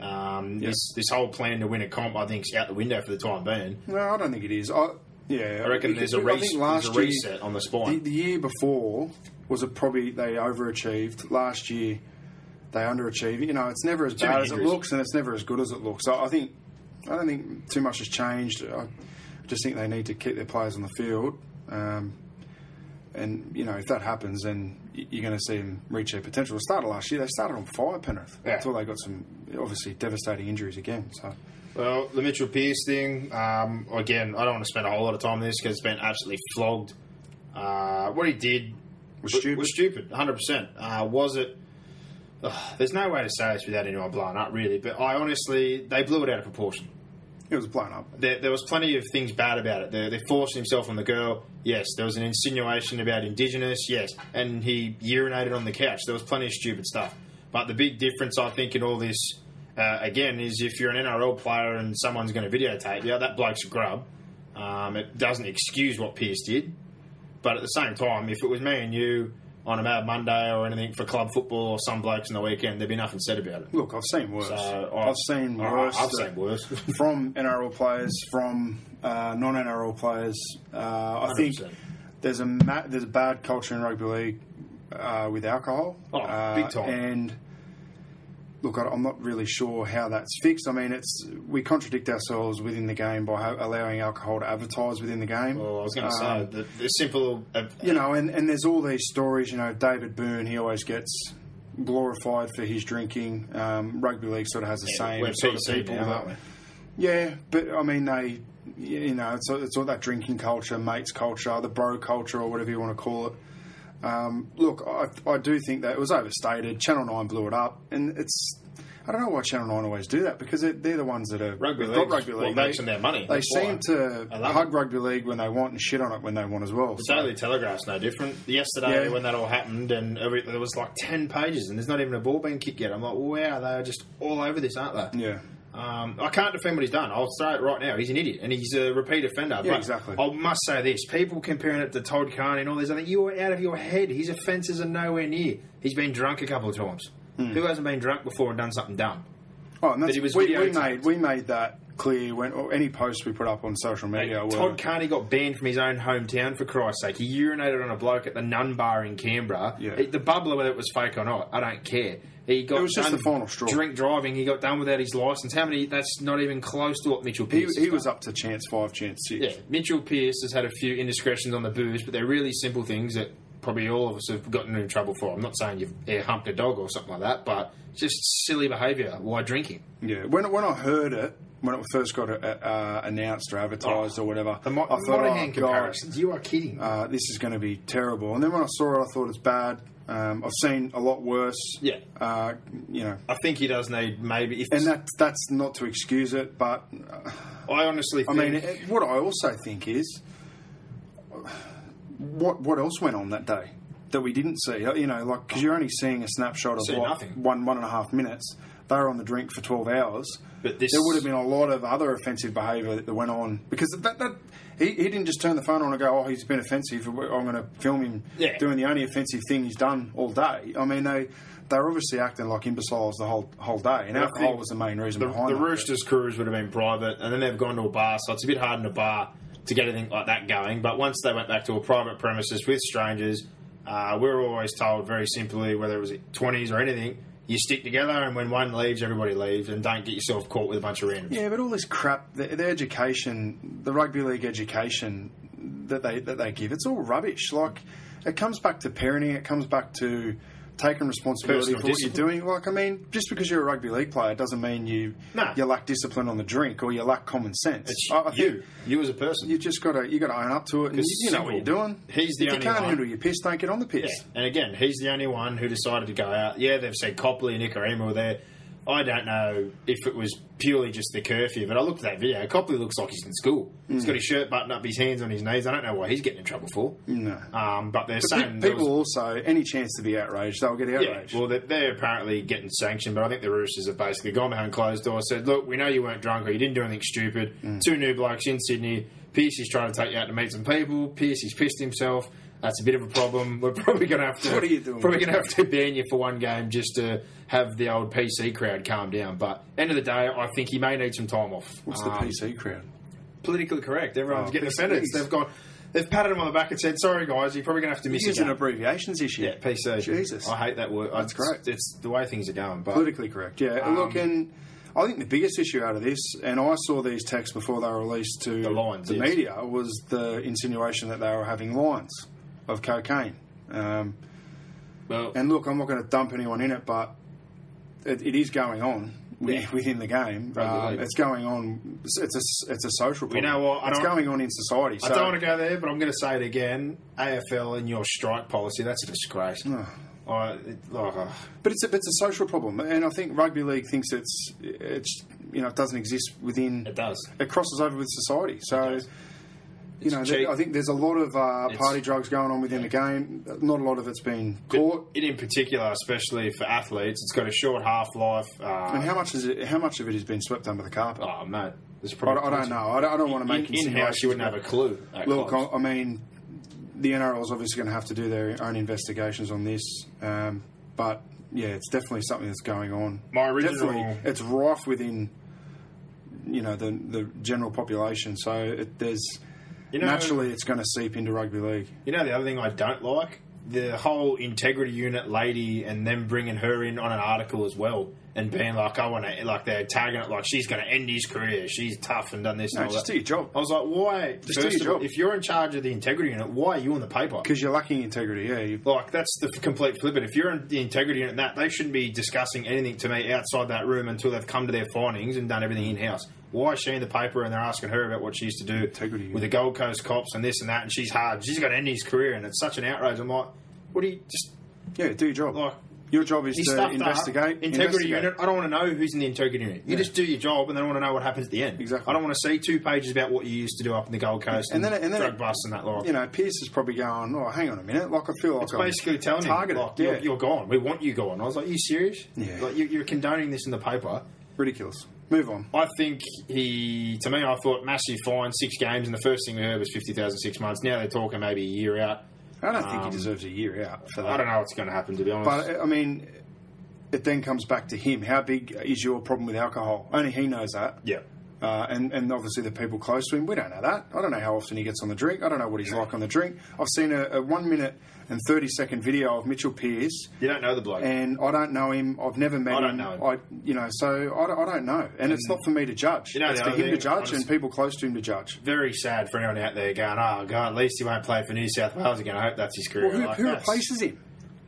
Speaker 1: Um, This this whole plan to win a comp, I think, is out the window for the time being.
Speaker 2: no, I don't think it is. I, yeah,
Speaker 1: I reckon there's a,
Speaker 2: I
Speaker 1: res-
Speaker 2: think
Speaker 1: there's a reset on the spine.
Speaker 2: The, the year before was a probably they overachieved. Last year they underachieved. You know, it's never as
Speaker 1: many
Speaker 2: bad as it
Speaker 1: injuries.
Speaker 2: looks, and it's never as good as it looks. I, I think I don't think too much has changed. I just think they need to keep their players on the field, um, and you know if that happens, then y- you're going to see them reach their potential. It started last year. They started on fire, Penrith.
Speaker 1: Yeah.
Speaker 2: Until they got some obviously devastating injuries again. So
Speaker 1: Well, the Mitchell Pearce thing, um, again, I don't want to spend a whole lot of time on this because it's been absolutely flogged. Uh, what he did
Speaker 2: was
Speaker 1: w-
Speaker 2: stupid.
Speaker 1: was stupid, 100%. Uh, was it. Ugh, there's no way to say this without anyone blowing up, really, but I honestly, they blew it out of proportion.
Speaker 2: it was blown up.
Speaker 1: There, there was plenty of things bad about it. They, they forced himself on the girl, yes. There was an insinuation about Indigenous, yes. And he urinated on the couch. There was plenty of stupid stuff. But the big difference, I think, in all this, uh, again, is if you're an NRL player and someone's going to videotape you, that bloke's a grub. Um, it doesn't excuse what Pierce did. But at the same time, if it was me and you on a Mad Monday or anything for club football or some blokes in the weekend, there'd be nothing said about it.
Speaker 2: Look, I've seen worse.
Speaker 1: So, I-
Speaker 2: I've seen
Speaker 1: I-
Speaker 2: worse.
Speaker 1: I've
Speaker 2: that-
Speaker 1: seen worse.
Speaker 2: from NRL players, from uh, non NRL players. Uh, I think
Speaker 1: 100%.
Speaker 2: there's a ma- there's a bad culture in rugby league uh, with alcohol.
Speaker 1: Oh,
Speaker 2: Uh,
Speaker 1: big time.
Speaker 2: And look, I- I'm not really sure how that's fixed. I mean, it's we contradict ourselves within the game by ho- allowing alcohol to advertise within the game.
Speaker 1: Well, I was going to
Speaker 2: Um,
Speaker 1: say the, the simple. Uh,
Speaker 2: you know, and, and there's all these stories. You know, David Boone, he always gets glorified for his drinking. Um, rugby league sort of has the same
Speaker 1: we're
Speaker 2: sort of
Speaker 1: PC
Speaker 2: people.
Speaker 1: now,
Speaker 2: that-
Speaker 1: aren't we?
Speaker 2: yeah, but I mean, they, you know, it's, it's all that drinking culture, mates culture, the bro culture, or whatever you want to call it. Um, look, I, I do think that it was overstated. Channel 9 blew it up, and it's. I don't know why Channel 9 always do that because they're, they're the ones that are.
Speaker 1: Rugby
Speaker 2: they've got
Speaker 1: league's
Speaker 2: rugby
Speaker 1: what
Speaker 2: league.
Speaker 1: makes them their money.
Speaker 2: They
Speaker 1: That's why.
Speaker 2: seem to
Speaker 1: I love
Speaker 2: hug
Speaker 1: it.
Speaker 2: rugby league when they want and shit on it when they want as well.
Speaker 1: The Daily Telegraph's no different. Yesterday,
Speaker 2: Yeah.
Speaker 1: when that all happened, and every, there was like ten pages, and there's not even a ball being kicked yet. I'm like, wow, they are just all over this, aren't they?
Speaker 2: Yeah.
Speaker 1: Um, I can't defend what he's done. I'll say it right now. He's an idiot, and he's a repeat offender.
Speaker 2: Yeah,
Speaker 1: but
Speaker 2: exactly.
Speaker 1: I must say this: people comparing it to Todd Carney and all these other, you are out of your head. His offences are nowhere near. He's been drunk a couple of times.
Speaker 2: Hmm.
Speaker 1: Who hasn't been drunk before and done something dumb?
Speaker 2: Oh, and that's,
Speaker 1: But it was
Speaker 2: we, we
Speaker 1: videotaped.
Speaker 2: made we made that clear when or any post we put up on social media. were-
Speaker 1: Todd Carney got banned from his own hometown for Christ's sake. He urinated on a bloke at the Nun Bar in Canberra.
Speaker 2: Yeah.
Speaker 1: It- the bubbler, whether it was fake or not, I don't care. He got
Speaker 2: It was just
Speaker 1: done
Speaker 2: the final straw.
Speaker 1: Drink driving. He got done without his license. How many? That's not even close to what Mitchell
Speaker 2: he,
Speaker 1: Pearce.
Speaker 2: he was up to chance five, chance six.
Speaker 1: Yeah, Mitchell Pearce has had a few indiscretions on the booze, but they're really simple things that probably all of us have gotten in trouble for. I'm not saying you've air humped a dog or something like that, but just silly behaviour. Why drinking?
Speaker 2: Yeah, when when I heard it, when it first got uh, uh, announced or advertised or whatever,
Speaker 1: Oh, The mo-
Speaker 2: I thought,
Speaker 1: Monaghan
Speaker 2: oh, God,
Speaker 1: comparisons. You are kidding.
Speaker 2: uh, this is going to be terrible. And then when I saw it, I thought it's bad. Um, I've seen a lot worse.
Speaker 1: Yeah.
Speaker 2: uh, you know,
Speaker 1: I think he does need maybe. If
Speaker 2: and that that's not to excuse it, but uh,
Speaker 1: I honestly,
Speaker 2: I
Speaker 1: think,
Speaker 2: mean, it, what I also think is, what what else went on that day that we didn't see? Uh, You know, like because you're only seeing a snapshot of
Speaker 1: See
Speaker 2: what,
Speaker 1: nothing.
Speaker 2: one one and a half minutes. They were on the drink for twelve hours.
Speaker 1: But this-
Speaker 2: there would have been a lot of other offensive behaviour that went on because that, that he, he didn't just turn the phone on and go, "Oh, he's been offensive. I'm going to film him
Speaker 1: Yeah.
Speaker 2: doing the only offensive thing he's done all day." I mean, they they were obviously acting like imbeciles the whole whole day, and
Speaker 1: I
Speaker 2: alcohol
Speaker 1: think
Speaker 2: was the main reason
Speaker 1: the,
Speaker 2: behind
Speaker 1: the
Speaker 2: that.
Speaker 1: Roosters' crews would have been private, and then they've gone to a bar, so it's a bit hard in a bar to get anything like that going. But once they went back to a private premises with strangers, uh, we were always told very simply, whether it was 20s or anything, you stick together, and when one leaves, everybody leaves, and don't get yourself caught with a bunch of randoms.
Speaker 2: Yeah, but all this crap, the, the education, the rugby league education that they that they give, it's all rubbish. Like it comes back to parenting, it comes back to taking responsibility
Speaker 1: Personal
Speaker 2: for what you're doing. Like I mean, just because you're a rugby league player doesn't mean you
Speaker 1: No.
Speaker 2: you lack discipline on the drink or you lack common sense.
Speaker 1: It's
Speaker 2: I, I
Speaker 1: you,
Speaker 2: think
Speaker 1: you as a person.
Speaker 2: you just got to you got to own up to it, and you,
Speaker 1: Because
Speaker 2: you know what you're
Speaker 1: Sybil,
Speaker 2: doing.
Speaker 1: he's the
Speaker 2: if
Speaker 1: only
Speaker 2: you can't
Speaker 1: one-
Speaker 2: handle your piss, don't get on the piss.
Speaker 1: And again, he's the only one who decided to go out. Yeah, they've said Copley and Ikarima were there. I don't know if it was purely just the curfew, but I looked at that video. Copley looks like he's in school. He's got his shirt buttoned up, his hands on his knees. I don't know why he's getting in trouble for. No. Um, but they're
Speaker 2: Pe-
Speaker 1: saying there
Speaker 2: People
Speaker 1: was-
Speaker 2: also any chance to be outraged, they'll get
Speaker 1: yeah,
Speaker 2: outraged.
Speaker 1: well, they're, they're apparently getting sanctioned, but I think the Roosters have basically gone behind closed doors, said, "Look, we know you weren't drunk or you didn't do anything stupid. Two new blokes in Sydney. Piercy's trying to take you out to meet some people. Piercy's pissed himself. That's a bit of a problem. We're probably going to have to.
Speaker 2: What are you doing?
Speaker 1: Probably going to have to ban you for one game just to have the old PC crowd calm down. But end of the day, I think he may need some time off.
Speaker 2: What's
Speaker 1: Um,
Speaker 2: the PC crowad?
Speaker 1: Politically correct. Everyone's
Speaker 2: Oh,
Speaker 1: getting
Speaker 2: PC.
Speaker 1: offended. They've gone. They've patted him on the back and said, "Sorry, guys, you're probably going to have to miss
Speaker 2: This
Speaker 1: a
Speaker 2: is an
Speaker 1: game."
Speaker 2: abbreviations issue.
Speaker 1: Yeah, PC.
Speaker 2: Jesus.
Speaker 1: I hate that word. That's
Speaker 2: great.
Speaker 1: It's the way things are going. But
Speaker 2: Politically correct. Yeah.
Speaker 1: Um,
Speaker 2: look, and I think the biggest issue out of this, and I saw these texts before they were released to the,
Speaker 1: lines, yes.
Speaker 2: media, was the insinuation that they were having lines of cocaine. Um,
Speaker 1: well,
Speaker 2: and look, I'm not going to dump anyone in it, but it, it is going on. wi-
Speaker 1: Yeah.
Speaker 2: Within the game,
Speaker 1: Rugby
Speaker 2: um,
Speaker 1: league.
Speaker 2: it's going on. It's it's a it's a social. Problem.
Speaker 1: know what? I
Speaker 2: it's
Speaker 1: don't-
Speaker 2: going on in society. So
Speaker 1: I don't want to go there, but I'm going to say it again. AFL and your strike policy—that's a disgrace. I, it, like, uh,
Speaker 2: But it's a, but it's a social problem, and I think rugby league thinks it's it's you know it doesn't exist within.
Speaker 1: it does.
Speaker 2: It crosses over with society, so you know
Speaker 1: cheap.
Speaker 2: th- I think there's a lot of uh,
Speaker 1: It's-
Speaker 2: party drugs going on within the game. Not a lot of it's been caught.
Speaker 1: It in particular, especially for athletes, it's got a short half life.
Speaker 2: and
Speaker 1: Uh,
Speaker 2: how much is it? How much of it has been swept under the carpet?
Speaker 1: oh mate, there's
Speaker 2: I,
Speaker 1: probably
Speaker 2: don't- I don't know. I don't, I don't want to make
Speaker 1: in house,
Speaker 2: insinuations,
Speaker 1: you wouldn't have a
Speaker 2: but-
Speaker 1: clue. at
Speaker 2: Look,
Speaker 1: clubs.
Speaker 2: I, I mean, the NRL is obviously going to have to do their own investigations on this, um, but yeah, it's definitely something that's going on.
Speaker 1: My original-
Speaker 2: definitely, it's rife within, you know, the the general population. So it, there's
Speaker 1: You know-
Speaker 2: naturally it's going to seep into rugby league.
Speaker 1: You know the other thing I don't like the whole integrity unit lady and them bringing her in on an article as well and being like, I want to like they're tagging it like she's going to end his career. She's tough and done this.
Speaker 2: No,
Speaker 1: and all
Speaker 2: just
Speaker 1: that.
Speaker 2: do your job. Oh,
Speaker 1: I was like, why?
Speaker 2: Just do
Speaker 1: first
Speaker 2: your
Speaker 1: of all,
Speaker 2: job.
Speaker 1: If you're in charge of the integrity unit, why are you on the paper?
Speaker 2: Because you're lacking integrity, yeah. You,
Speaker 1: Like that's the f- complete flip. It. If you're in the integrity unit, and that they shouldn't be discussing anything to me outside that room until they've come to their findings and done everything in house. Why is she in the paper and they're asking her about what she used to do
Speaker 2: Integrity
Speaker 1: with the
Speaker 2: unit.
Speaker 1: Gold Coast cops and this and that? And she's hard. She's got to end his career, and it's such an outrage. I'm like, what do you just
Speaker 2: yeah, do your job.
Speaker 1: Like,
Speaker 2: your job is
Speaker 1: he
Speaker 2: to
Speaker 1: stuffed up.
Speaker 2: investigate.
Speaker 1: Integrity
Speaker 2: investigate.
Speaker 1: unit. I don't want to know who's in the integrity unit. You just do your job, and then I want to know what happens at the end.
Speaker 2: Exactly.
Speaker 1: I don't want to see two pages about what you used to do up in the Gold Coast
Speaker 2: And then, and then,
Speaker 1: drug busts and that lot.
Speaker 2: You know, Pierce is probably going. Oh, hang on a minute. Like I feel like
Speaker 1: It's
Speaker 2: I'm
Speaker 1: basically telling
Speaker 2: targeted.
Speaker 1: him, like, you're,
Speaker 2: yeah.
Speaker 1: you're gone. We want you gone. I was like, you serious?
Speaker 2: Yeah.
Speaker 1: Like, you, you're condoning this in the paper.
Speaker 2: ridiculous. Move on.
Speaker 1: I think he, to me, I thought massive fine, six games, and the first thing we heard was 50,000 six months. Now they're talking maybe a year out.
Speaker 2: I don't think
Speaker 1: Um,
Speaker 2: he deserves a year out for that.
Speaker 1: I don't know what's going to happen, to be honest.
Speaker 2: But uh, I mean, it then comes back to him. How big is your problem with alcohol? Only he knows that.
Speaker 1: yeah.
Speaker 2: Uh, and, and obviously the people close to him, we don't know that. I don't know how often he gets on the drink. I don't know what he's like on the drink. I've seen a, a one minute and thirty second video of Mitchell Pearce,
Speaker 1: You don't know the bloke.
Speaker 2: and I don't know him. I've never met
Speaker 1: I don't
Speaker 2: him.
Speaker 1: know him.
Speaker 2: I, you know, so I don't, I don't know. And, it's not for me to judge.
Speaker 1: You know,
Speaker 2: it's
Speaker 1: the
Speaker 2: for
Speaker 1: other
Speaker 2: him to
Speaker 1: thing,
Speaker 2: judge
Speaker 1: honest-
Speaker 2: and people close to him to judge.
Speaker 1: very sad for anyone out there going, oh, God, at least he won't play for New South Wales again. I hope that's his career.
Speaker 2: Well, who,
Speaker 1: Like,
Speaker 2: who
Speaker 1: that's-
Speaker 2: replaces him?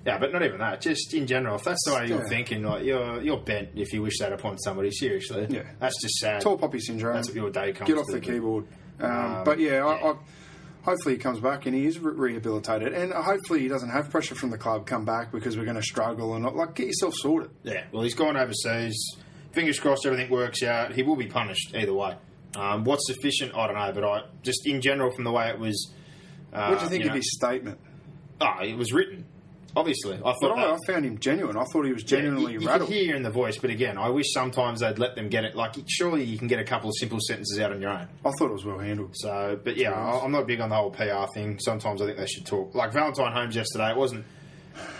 Speaker 1: Yeah, but not even that. Just in general, if that's the way you're
Speaker 2: Yeah.
Speaker 1: thinking, like you're you're bent if you wish that upon somebody. Seriously,
Speaker 2: Yeah.
Speaker 1: that's just sad.
Speaker 2: Tall poppy syndrome.
Speaker 1: That's what your day comes.
Speaker 2: Get off
Speaker 1: to,
Speaker 2: the
Speaker 1: but-
Speaker 2: keyboard. Um, but yeah, I, I, hopefully he comes back and he is re- rehabilitated, and hopefully he doesn't have pressure from the club. Come back because we're going to struggle and not like get yourself sorted.
Speaker 1: Yeah, well, he's gone overseas. Fingers crossed everything works out. He will be punished either way. Um, what's sufficient, I don't know, but I just in general from the way it was. Uh,
Speaker 2: What do you think of
Speaker 1: know-
Speaker 2: his statement?
Speaker 1: Ah, it was written. Obviously, I thought.
Speaker 2: But
Speaker 1: that-
Speaker 2: I, I found him genuine. I thought he was
Speaker 1: uh, Yeah,
Speaker 2: genuinely
Speaker 1: you, you can
Speaker 2: rattled.
Speaker 1: hear in the voice, but again, I wish sometimes they'd let them get it. Like, surely you can get a couple of simple sentences out on your own.
Speaker 2: I thought it was well handled.
Speaker 1: So, but yeah, I- I'm not big on the whole PR thing. Sometimes I think they should talk. Like Valentine Holmes yesterday, it wasn't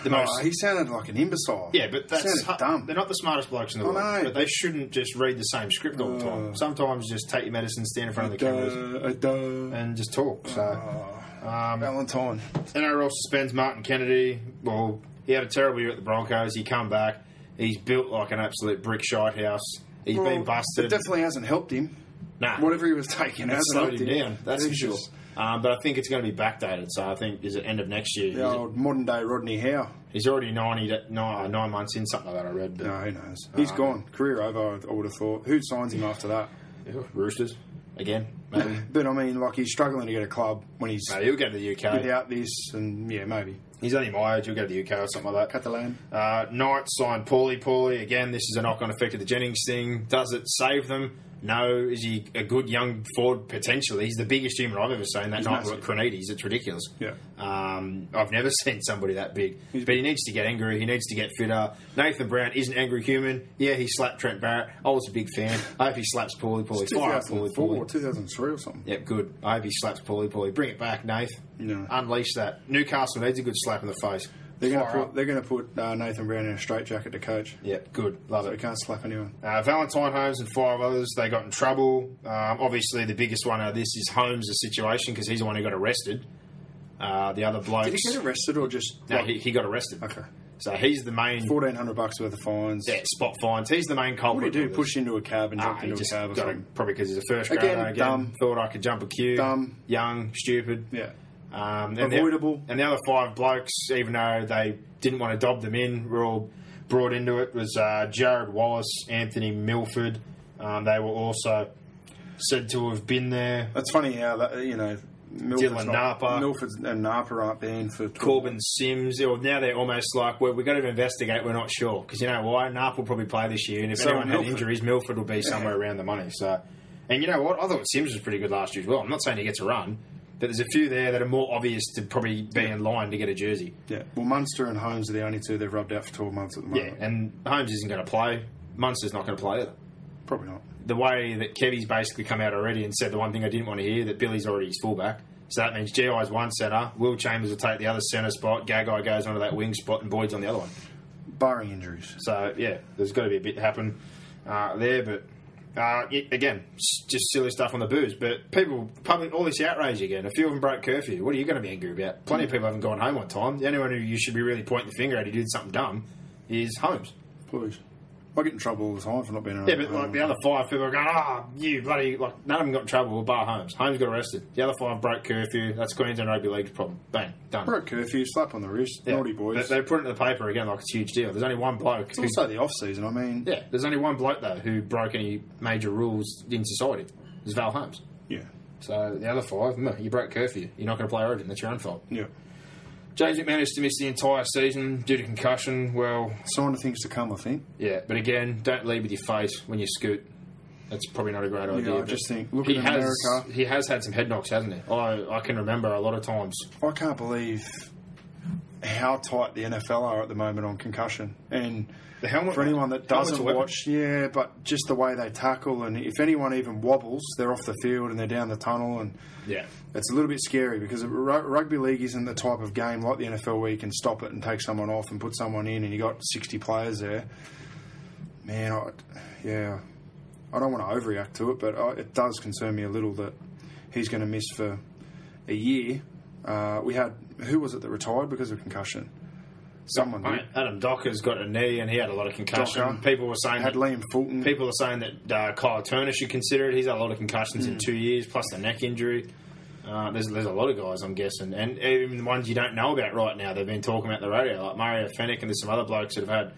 Speaker 1: the
Speaker 2: Oh,
Speaker 1: most.
Speaker 2: he sounded like an imbecile.
Speaker 1: yeah, but that's
Speaker 2: sounded
Speaker 1: hu-
Speaker 2: dumb.
Speaker 1: they're not the smartest blokes in the
Speaker 2: I
Speaker 1: world.
Speaker 2: know. Oh.
Speaker 1: But they shouldn't just read the same script all the time. Sometimes just take your medicine, stand in front of the cameras, Um,
Speaker 2: Duh, uh, duh.
Speaker 1: and just talk. So.
Speaker 2: Oh. Valentine.
Speaker 1: NRL suspends Martin Kennedy. Well, he had a terrible year at the Broncos. He come back. He's built like an absolute brick shite house. He's been
Speaker 2: It
Speaker 1: busted.
Speaker 2: definitely hasn't helped him.
Speaker 1: Nah.
Speaker 2: Whatever he was taking
Speaker 1: It
Speaker 2: hasn't
Speaker 1: slowed
Speaker 2: helped
Speaker 1: him
Speaker 2: him.
Speaker 1: down. That's for
Speaker 2: He's
Speaker 1: sure.
Speaker 2: just
Speaker 1: Um, but I think it's going to be backdated. So I think is it end of next year?
Speaker 2: The
Speaker 1: Is it-
Speaker 2: old modern day Rodney Howe.
Speaker 1: he's already 90, da- nine, uh, nine months in, something like that. I read. But,
Speaker 2: No, who knows? Uh, He's gone. Career over, I would have thought. Who signs him after that?
Speaker 1: Ew, Roosters again. Maybe.
Speaker 2: But I mean, like, he's struggling to get a club when he's
Speaker 1: no, he'll go to the UK.
Speaker 2: without this, and yeah, maybe.
Speaker 1: He's only my age. He'll go to the UK or something like that.
Speaker 2: Catalan.
Speaker 1: Uh, Knights signed Paulie Paulie. Again, this is a knock on effect of the Jennings thing. Does it save them? No. Is he a good young forward potentially? He's the biggest human I've ever seen. That night
Speaker 2: massive.
Speaker 1: at Cronettes, it's ridiculous.
Speaker 2: Yeah.
Speaker 1: Um, I've never seen somebody that big. but he needs to get angry. He needs to get fitter. Nathan Brown is an angry human. Yeah, he slapped Trent Barrett. I was a big fan. I hope he slaps Paulie Paulie. Fire up Paulie
Speaker 2: 2004,
Speaker 1: Paulie.
Speaker 2: 2003 or something.
Speaker 1: Yep, good. I hope he slaps Paulie Paulie. Bring it back, Nath.
Speaker 2: No.
Speaker 1: Unleash that. Newcastle needs a good slap in the face.
Speaker 2: They're going to
Speaker 1: Fire
Speaker 2: put
Speaker 1: up.
Speaker 2: they're going to put uh, Nathan Brown in a straitjacket to coach.
Speaker 1: Yep, good. Love
Speaker 2: So
Speaker 1: it.
Speaker 2: he can't slap anyone.
Speaker 1: Uh, Valentine Holmes and five others, they got in trouble. Um, obviously, the biggest one out of this is Holmes' situation because he's the one who got arrested. Uh, the other blokes.
Speaker 2: Did he get arrested or just
Speaker 1: No,
Speaker 2: like,
Speaker 1: he, he got arrested.
Speaker 2: Okay.
Speaker 1: So he's the main
Speaker 2: fourteen hundred bucks worth of fines?
Speaker 1: yeah, spot fines. He's the main
Speaker 2: What
Speaker 1: culprit.
Speaker 2: do you do?
Speaker 1: of this.
Speaker 2: Push into a cab and
Speaker 1: Ah,
Speaker 2: jump
Speaker 1: he
Speaker 2: into a
Speaker 1: just
Speaker 2: cab
Speaker 1: got
Speaker 2: or
Speaker 1: a-
Speaker 2: something?
Speaker 1: probably because he's a first
Speaker 2: Again,
Speaker 1: grader. Again,
Speaker 2: dumb.
Speaker 1: thought I could jump a queue.
Speaker 2: Dumb.
Speaker 1: young, stupid.
Speaker 2: Yeah.
Speaker 1: Um, and
Speaker 2: Avoidable.
Speaker 1: The, and the other five blokes, even though they didn't want to dob them in, were all brought into it. Was uh, Jared Wallace, Anthony Milford. Um, they were also said to have been there.
Speaker 2: That's funny how that you know Milford's
Speaker 1: Dylan
Speaker 2: not-
Speaker 1: Napa.
Speaker 2: Milford and Napa aren't banned for
Speaker 1: Corbin Sims. Or now they're almost like, well, we've got to investigate. We're not sure because you know why. Nap will probably play this year, and if
Speaker 2: So
Speaker 1: anyone
Speaker 2: Milford.
Speaker 1: had injuries, Milford will be somewhere around the money. So, and you know what? I thought Sims was pretty good last year as well. I'm not saying he gets a run, but there's a few there that are more obvious to probably be in line to get a jersey.
Speaker 2: Yeah. Well, Munster and Holmes are the only two they've rubbed out for twelve months at the
Speaker 1: Yeah,
Speaker 2: moment.
Speaker 1: and Holmes isn't going to play. Munster's not going to play either.
Speaker 2: Probably not.
Speaker 1: The way that Kevy's basically come out already and said the one thing I didn't want to hear that Billy's already his fullback. So that means GI's one centre, Will Chambers will take the other centre spot, Gagai goes onto that wing spot, and Boyd's on the other one.
Speaker 2: Barring injuries.
Speaker 1: So yeah, there's got to be a bit to happen uh, there. But uh, y- again, s- just silly stuff on the booze. But people, public, all this outrage again. A few of them broke curfew. What are you going to be angry about? Plenty of people haven't gone home on time. The only one who you should be really pointing the finger at who did something dumb is Holmes.
Speaker 2: Please. I get in trouble all the time for not being around.
Speaker 1: Yeah, but like the other five people are going, ah, you bloody like none of them got in trouble. Bar Holmes. Holmes got arrested. The other five broke curfew. That's Queensland Rugby League's problem. Bang, done.
Speaker 2: We're at curfew, slap on the wrist,
Speaker 1: Yeah.
Speaker 2: naughty boys.
Speaker 1: But They, put it in the paper again like it's a huge deal. There's only one bloke.
Speaker 2: it's also the off season. I mean,
Speaker 1: Yeah, there's only one bloke though who broke any major rules in society. It was Val Holmes.
Speaker 2: yeah,
Speaker 1: So the other five, meh, you broke curfew. You're not going to play Origin. That's your own fault.
Speaker 2: yeah.
Speaker 1: James managed to miss the entire season due to concussion. Well,
Speaker 2: Sign of things to come, I think.
Speaker 1: yeah, but again, don't lead with your face when you scoot. That's probably not a great idea.
Speaker 2: I
Speaker 1: but
Speaker 2: just think, look
Speaker 1: he
Speaker 2: at
Speaker 1: has
Speaker 2: America.
Speaker 1: he has had some head knocks, hasn't he? I I can remember a lot of times.
Speaker 2: I can't believe how tight the NFL are at the moment on concussion. And
Speaker 1: The helmet-
Speaker 2: for anyone that
Speaker 1: helmet's a
Speaker 2: doesn't
Speaker 1: weapon.
Speaker 2: watch, yeah, but just the way they tackle, and if anyone even wobbles, they're off the field and they're down the tunnel, and
Speaker 1: Yeah,
Speaker 2: it's a little bit scary because ru- rugby league isn't the type of game like the NFL where you can stop it and take someone off and put someone in, and you got sixty players there. Man, I, yeah, I don't want to overreact to it, but I, it does concern me a little that he's going to miss for a year. Uh, we had who was it that retired because of concussion? Someone did.
Speaker 1: Mate, Adam Docker's got a knee, and he had a lot of concussion.
Speaker 2: Docker.
Speaker 1: People were saying
Speaker 2: Had
Speaker 1: that-
Speaker 2: Liam Fulton.
Speaker 1: People are saying that uh, Kyle Turner should consider it. He's had a lot of concussions
Speaker 2: Mm.
Speaker 1: in two years, plus the neck injury. Uh, there's, there's a lot of guys, I'm guessing, and even the ones you don't know about right now. They've been talking about the radio, like Mario Fennick, and there's some other blokes that have had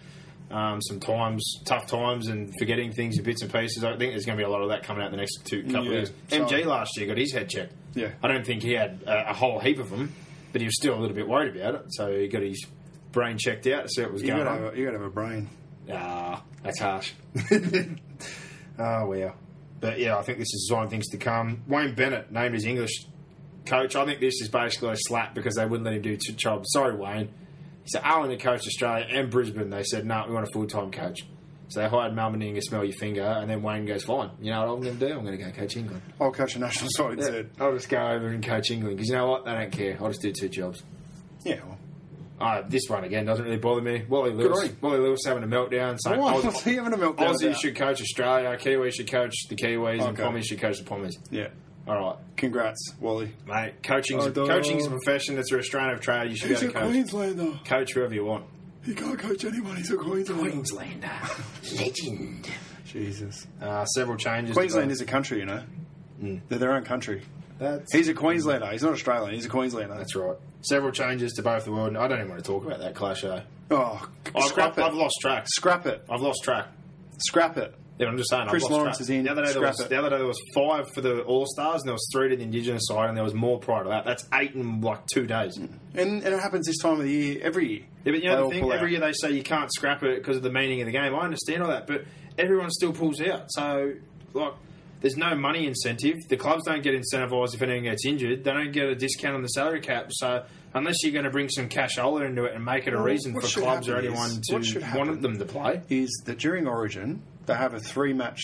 Speaker 1: um, some times, tough times, and forgetting things in bits and pieces. I think there's going to be a lot of that coming out in the next two couple
Speaker 2: Yeah,
Speaker 1: of years.
Speaker 2: so-
Speaker 1: MG last year got his head checked.
Speaker 2: Yeah.
Speaker 1: I don't think he had uh, a, a whole heap of them, but he was still a little bit worried about it, so he got his brain checked out to see what was
Speaker 2: You
Speaker 1: going
Speaker 2: gotta,
Speaker 1: on.
Speaker 2: have a, you gotta have a brain.
Speaker 1: Ah, that's harsh. oh, well. But yeah, I think this is on things to come. Wayne Bennett named his English coach. I think this is basically a slap because they wouldn't let him do two jobs. Sorry, Wayne. He said, I want to coach Australia and Brisbane. They said, no, we want a full time coach. So they hired Malmaning to smell your finger, and then Wayne goes, fine. You know what I'm going to do? I'm going to go coach England.
Speaker 2: I'll coach a national side instead.
Speaker 1: I'll just go over and coach England because you know what? They don't care. I'll just do two jobs.
Speaker 2: Yeah, well,
Speaker 1: Uh, this one again doesn't really bother me. Wally Lewis,
Speaker 2: on you.
Speaker 1: Wally Lewis having a meltdown, saying
Speaker 2: Why
Speaker 1: Aus-
Speaker 2: was he having a meltdown
Speaker 1: Aussie
Speaker 2: about?
Speaker 1: should coach Australia, Kiwi should coach the Kiwis, and
Speaker 2: Okay.
Speaker 1: Pommies should coach the Pommies.
Speaker 2: Yeah.
Speaker 1: All right,
Speaker 2: Congrats, Wally.
Speaker 1: mate. Coaching's,
Speaker 2: I don't-
Speaker 1: coaching's a profession. It's a restraint of trade. You should
Speaker 2: He's
Speaker 1: be
Speaker 2: a
Speaker 1: able to coach.
Speaker 2: Queenslander.
Speaker 1: Coach whoever you want.
Speaker 2: He can't coach anyone. He's a Queenslander.
Speaker 1: Queenslander, legend.
Speaker 2: Jesus.
Speaker 1: Uh, several changes.
Speaker 2: Queensland is a country, you know.
Speaker 1: Mm.
Speaker 2: They're their own country.
Speaker 1: That's
Speaker 2: He's a Queenslander. He's not Australian. He's a Queenslander.
Speaker 1: That's right. Several changes to both the world. and I don't even want to talk about that clash. Eh?
Speaker 2: Oh, c-
Speaker 1: I've,
Speaker 2: scrap
Speaker 1: I've,
Speaker 2: it.
Speaker 1: I've lost track.
Speaker 2: Scrap it.
Speaker 1: I've lost track.
Speaker 2: Scrap it.
Speaker 1: Yeah, I'm just saying.
Speaker 2: Chris
Speaker 1: I've lost
Speaker 2: Lawrence
Speaker 1: track.
Speaker 2: is in.
Speaker 1: The other, day there
Speaker 2: Scrap
Speaker 1: was,
Speaker 2: it.
Speaker 1: the other day there was five for the All Stars, and there was three to the Indigenous side, and there was more prior to that. That's eight in like two days.
Speaker 2: And, and it happens this time of the year every year.
Speaker 1: Yeah, but you know
Speaker 2: They
Speaker 1: the
Speaker 2: all
Speaker 1: thing.
Speaker 2: pull
Speaker 1: Every
Speaker 2: out.
Speaker 1: year they say you can't scrap it because of the meaning of the game. I understand all that, but everyone still pulls out. So like, there's no money incentive. The clubs don't get incentivised if anyone gets injured. They don't get a discount on the salary cap. So unless you're going to bring some cashola into it and make it a
Speaker 2: Well,
Speaker 1: reason
Speaker 2: what
Speaker 1: for
Speaker 2: should
Speaker 1: clubs or
Speaker 2: happen
Speaker 1: anyone
Speaker 2: is- what
Speaker 1: to
Speaker 2: should
Speaker 1: want
Speaker 2: happen-
Speaker 1: them to play,
Speaker 2: Is that during Origin they have a three match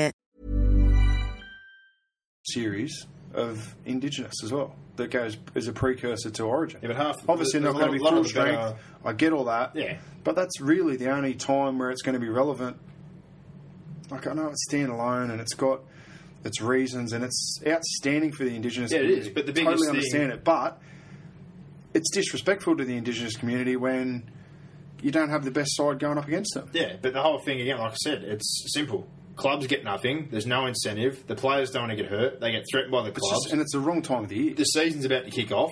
Speaker 2: series of Indigenous as well that goes is a precursor to Origin.
Speaker 1: Yeah, but half-
Speaker 2: obviously
Speaker 1: there's
Speaker 2: not going to
Speaker 1: a
Speaker 2: be
Speaker 1: lot- lot
Speaker 2: full
Speaker 1: of the better-
Speaker 2: strength. I get all that.
Speaker 1: Yeah.
Speaker 2: but that's really the only time where it's going to be relevant. Like I know it's standalone and it's got its reasons and it's outstanding for the Indigenous.
Speaker 1: Yeah, it
Speaker 2: community.
Speaker 1: is, but the biggest
Speaker 2: totally
Speaker 1: thing-
Speaker 2: understand it, but it's disrespectful to the Indigenous community when. You don't have the best side going up against them.
Speaker 1: Yeah, but the whole thing again, like I said, it's simple. Clubs get nothing. There's no incentive. The players don't want to get hurt. They get threatened by the
Speaker 2: It's
Speaker 1: clubs.
Speaker 2: just, and it's the wrong time of the year.
Speaker 1: the season's about to kick off.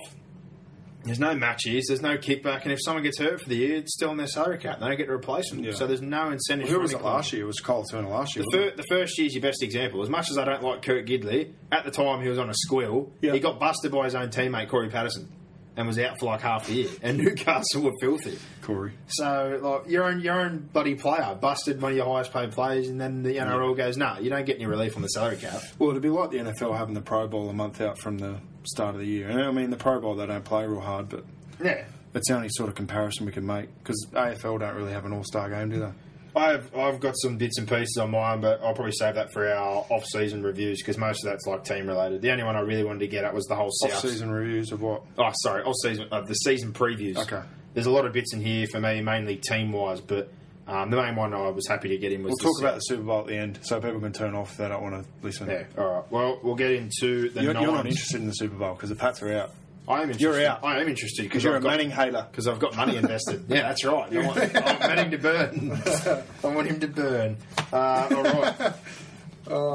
Speaker 1: There's no matches. There's no kickback. And if someone gets hurt for the year, it's still on their salary cap. They don't get to replace them.
Speaker 2: Yeah.
Speaker 1: So there's no incentive.
Speaker 2: Who
Speaker 1: for
Speaker 2: was
Speaker 1: any
Speaker 2: it
Speaker 1: club.
Speaker 2: last year? It was Cole Turner last year.
Speaker 1: The,
Speaker 2: wasn't
Speaker 1: fir- the first year's your best example. As much as I don't like Kurt Gidley, at the time he was on a squill.
Speaker 2: Yeah.
Speaker 1: He got busted by his own teammate Corey Patterson, and was out for like half the year. And Newcastle were filthy.
Speaker 2: it? Corey.
Speaker 1: So, like, your own your own bloody player busted one of your highest paid players, and then the NRL goes, "No, you don't get any relief on the salary cap."
Speaker 2: Well, it'd be like the NFL having the Pro Bowl a month out from the start of the year. And I mean, the Pro Bowl they don't play real hard, but
Speaker 1: Yeah,
Speaker 2: that's the only sort of comparison we can make because AFL don't really have an All Star game, do they?
Speaker 1: I've I've got some bits and pieces on mine, but I'll probably save that for our off season reviews because most of that's like team related. The only one I really wanted to get at was the whole South
Speaker 2: Off season reviews of what?
Speaker 1: Oh, sorry, off season of the season previews.
Speaker 2: Okay.
Speaker 1: There's a lot of bits in here for me, mainly team wise, but um, the main one I was happy to get in was
Speaker 2: We'll
Speaker 1: the
Speaker 2: talk
Speaker 1: South-
Speaker 2: about the Super Bowl at the end so people can turn off if they don't want to listen.
Speaker 1: Yeah, all right. Well, we'll get into the
Speaker 2: You're, you're not
Speaker 1: nines.
Speaker 2: interested in the Super Bowl because the Pats are out.
Speaker 1: I am interested.
Speaker 2: You're out.
Speaker 1: I am interested
Speaker 2: Because you're
Speaker 1: I've
Speaker 2: a
Speaker 1: got-
Speaker 2: Manning hater.
Speaker 1: because I've got money invested. yeah, that's right. I want, I want Manning to burn. I want him to burn. Uh, all right.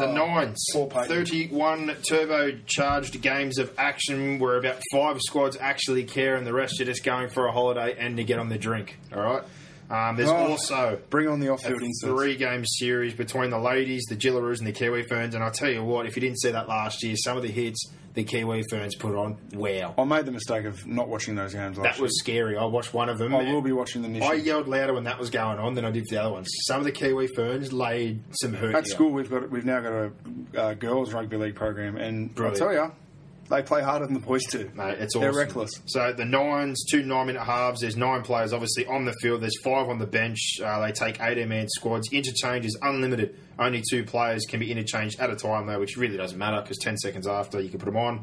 Speaker 1: The nines,
Speaker 2: Paul Payton.
Speaker 1: thirty-one turbocharged games of action, where about five squads actually care, and the rest are just going for a holiday and to get on the drink. All right. Um, there's
Speaker 2: Oh,
Speaker 1: also
Speaker 2: bring on the off-field
Speaker 1: a
Speaker 2: incidents.
Speaker 1: three-game series between the ladies, the Gillaroos, and the Kiwi Ferns. And I tell you what, if you didn't see that last year, some of the hits the Kiwi Ferns put on, wow,
Speaker 2: I made the mistake of not watching those games last
Speaker 1: that was scary. I watched one of them.
Speaker 2: year. I will be watching them this
Speaker 1: I
Speaker 2: year.
Speaker 1: yelled louder when that was going on than I did for the other ones. Some of the Kiwi ferns laid some hurt.
Speaker 2: At
Speaker 1: here.
Speaker 2: school, we've got we've now got a uh, girls rugby league program, and
Speaker 1: Brilliant.
Speaker 2: I tell you, they play harder than the boys do.
Speaker 1: Mate, it's
Speaker 2: they're
Speaker 1: awesome.
Speaker 2: reckless.
Speaker 1: So the nines, two nine-minute halves. There's nine players, obviously, on the field. There's five on the bench. Uh, they take 18-man squads. Interchange is unlimited. Only two players can be interchanged at a time, though, which really doesn't matter because 10 seconds after you can put them on.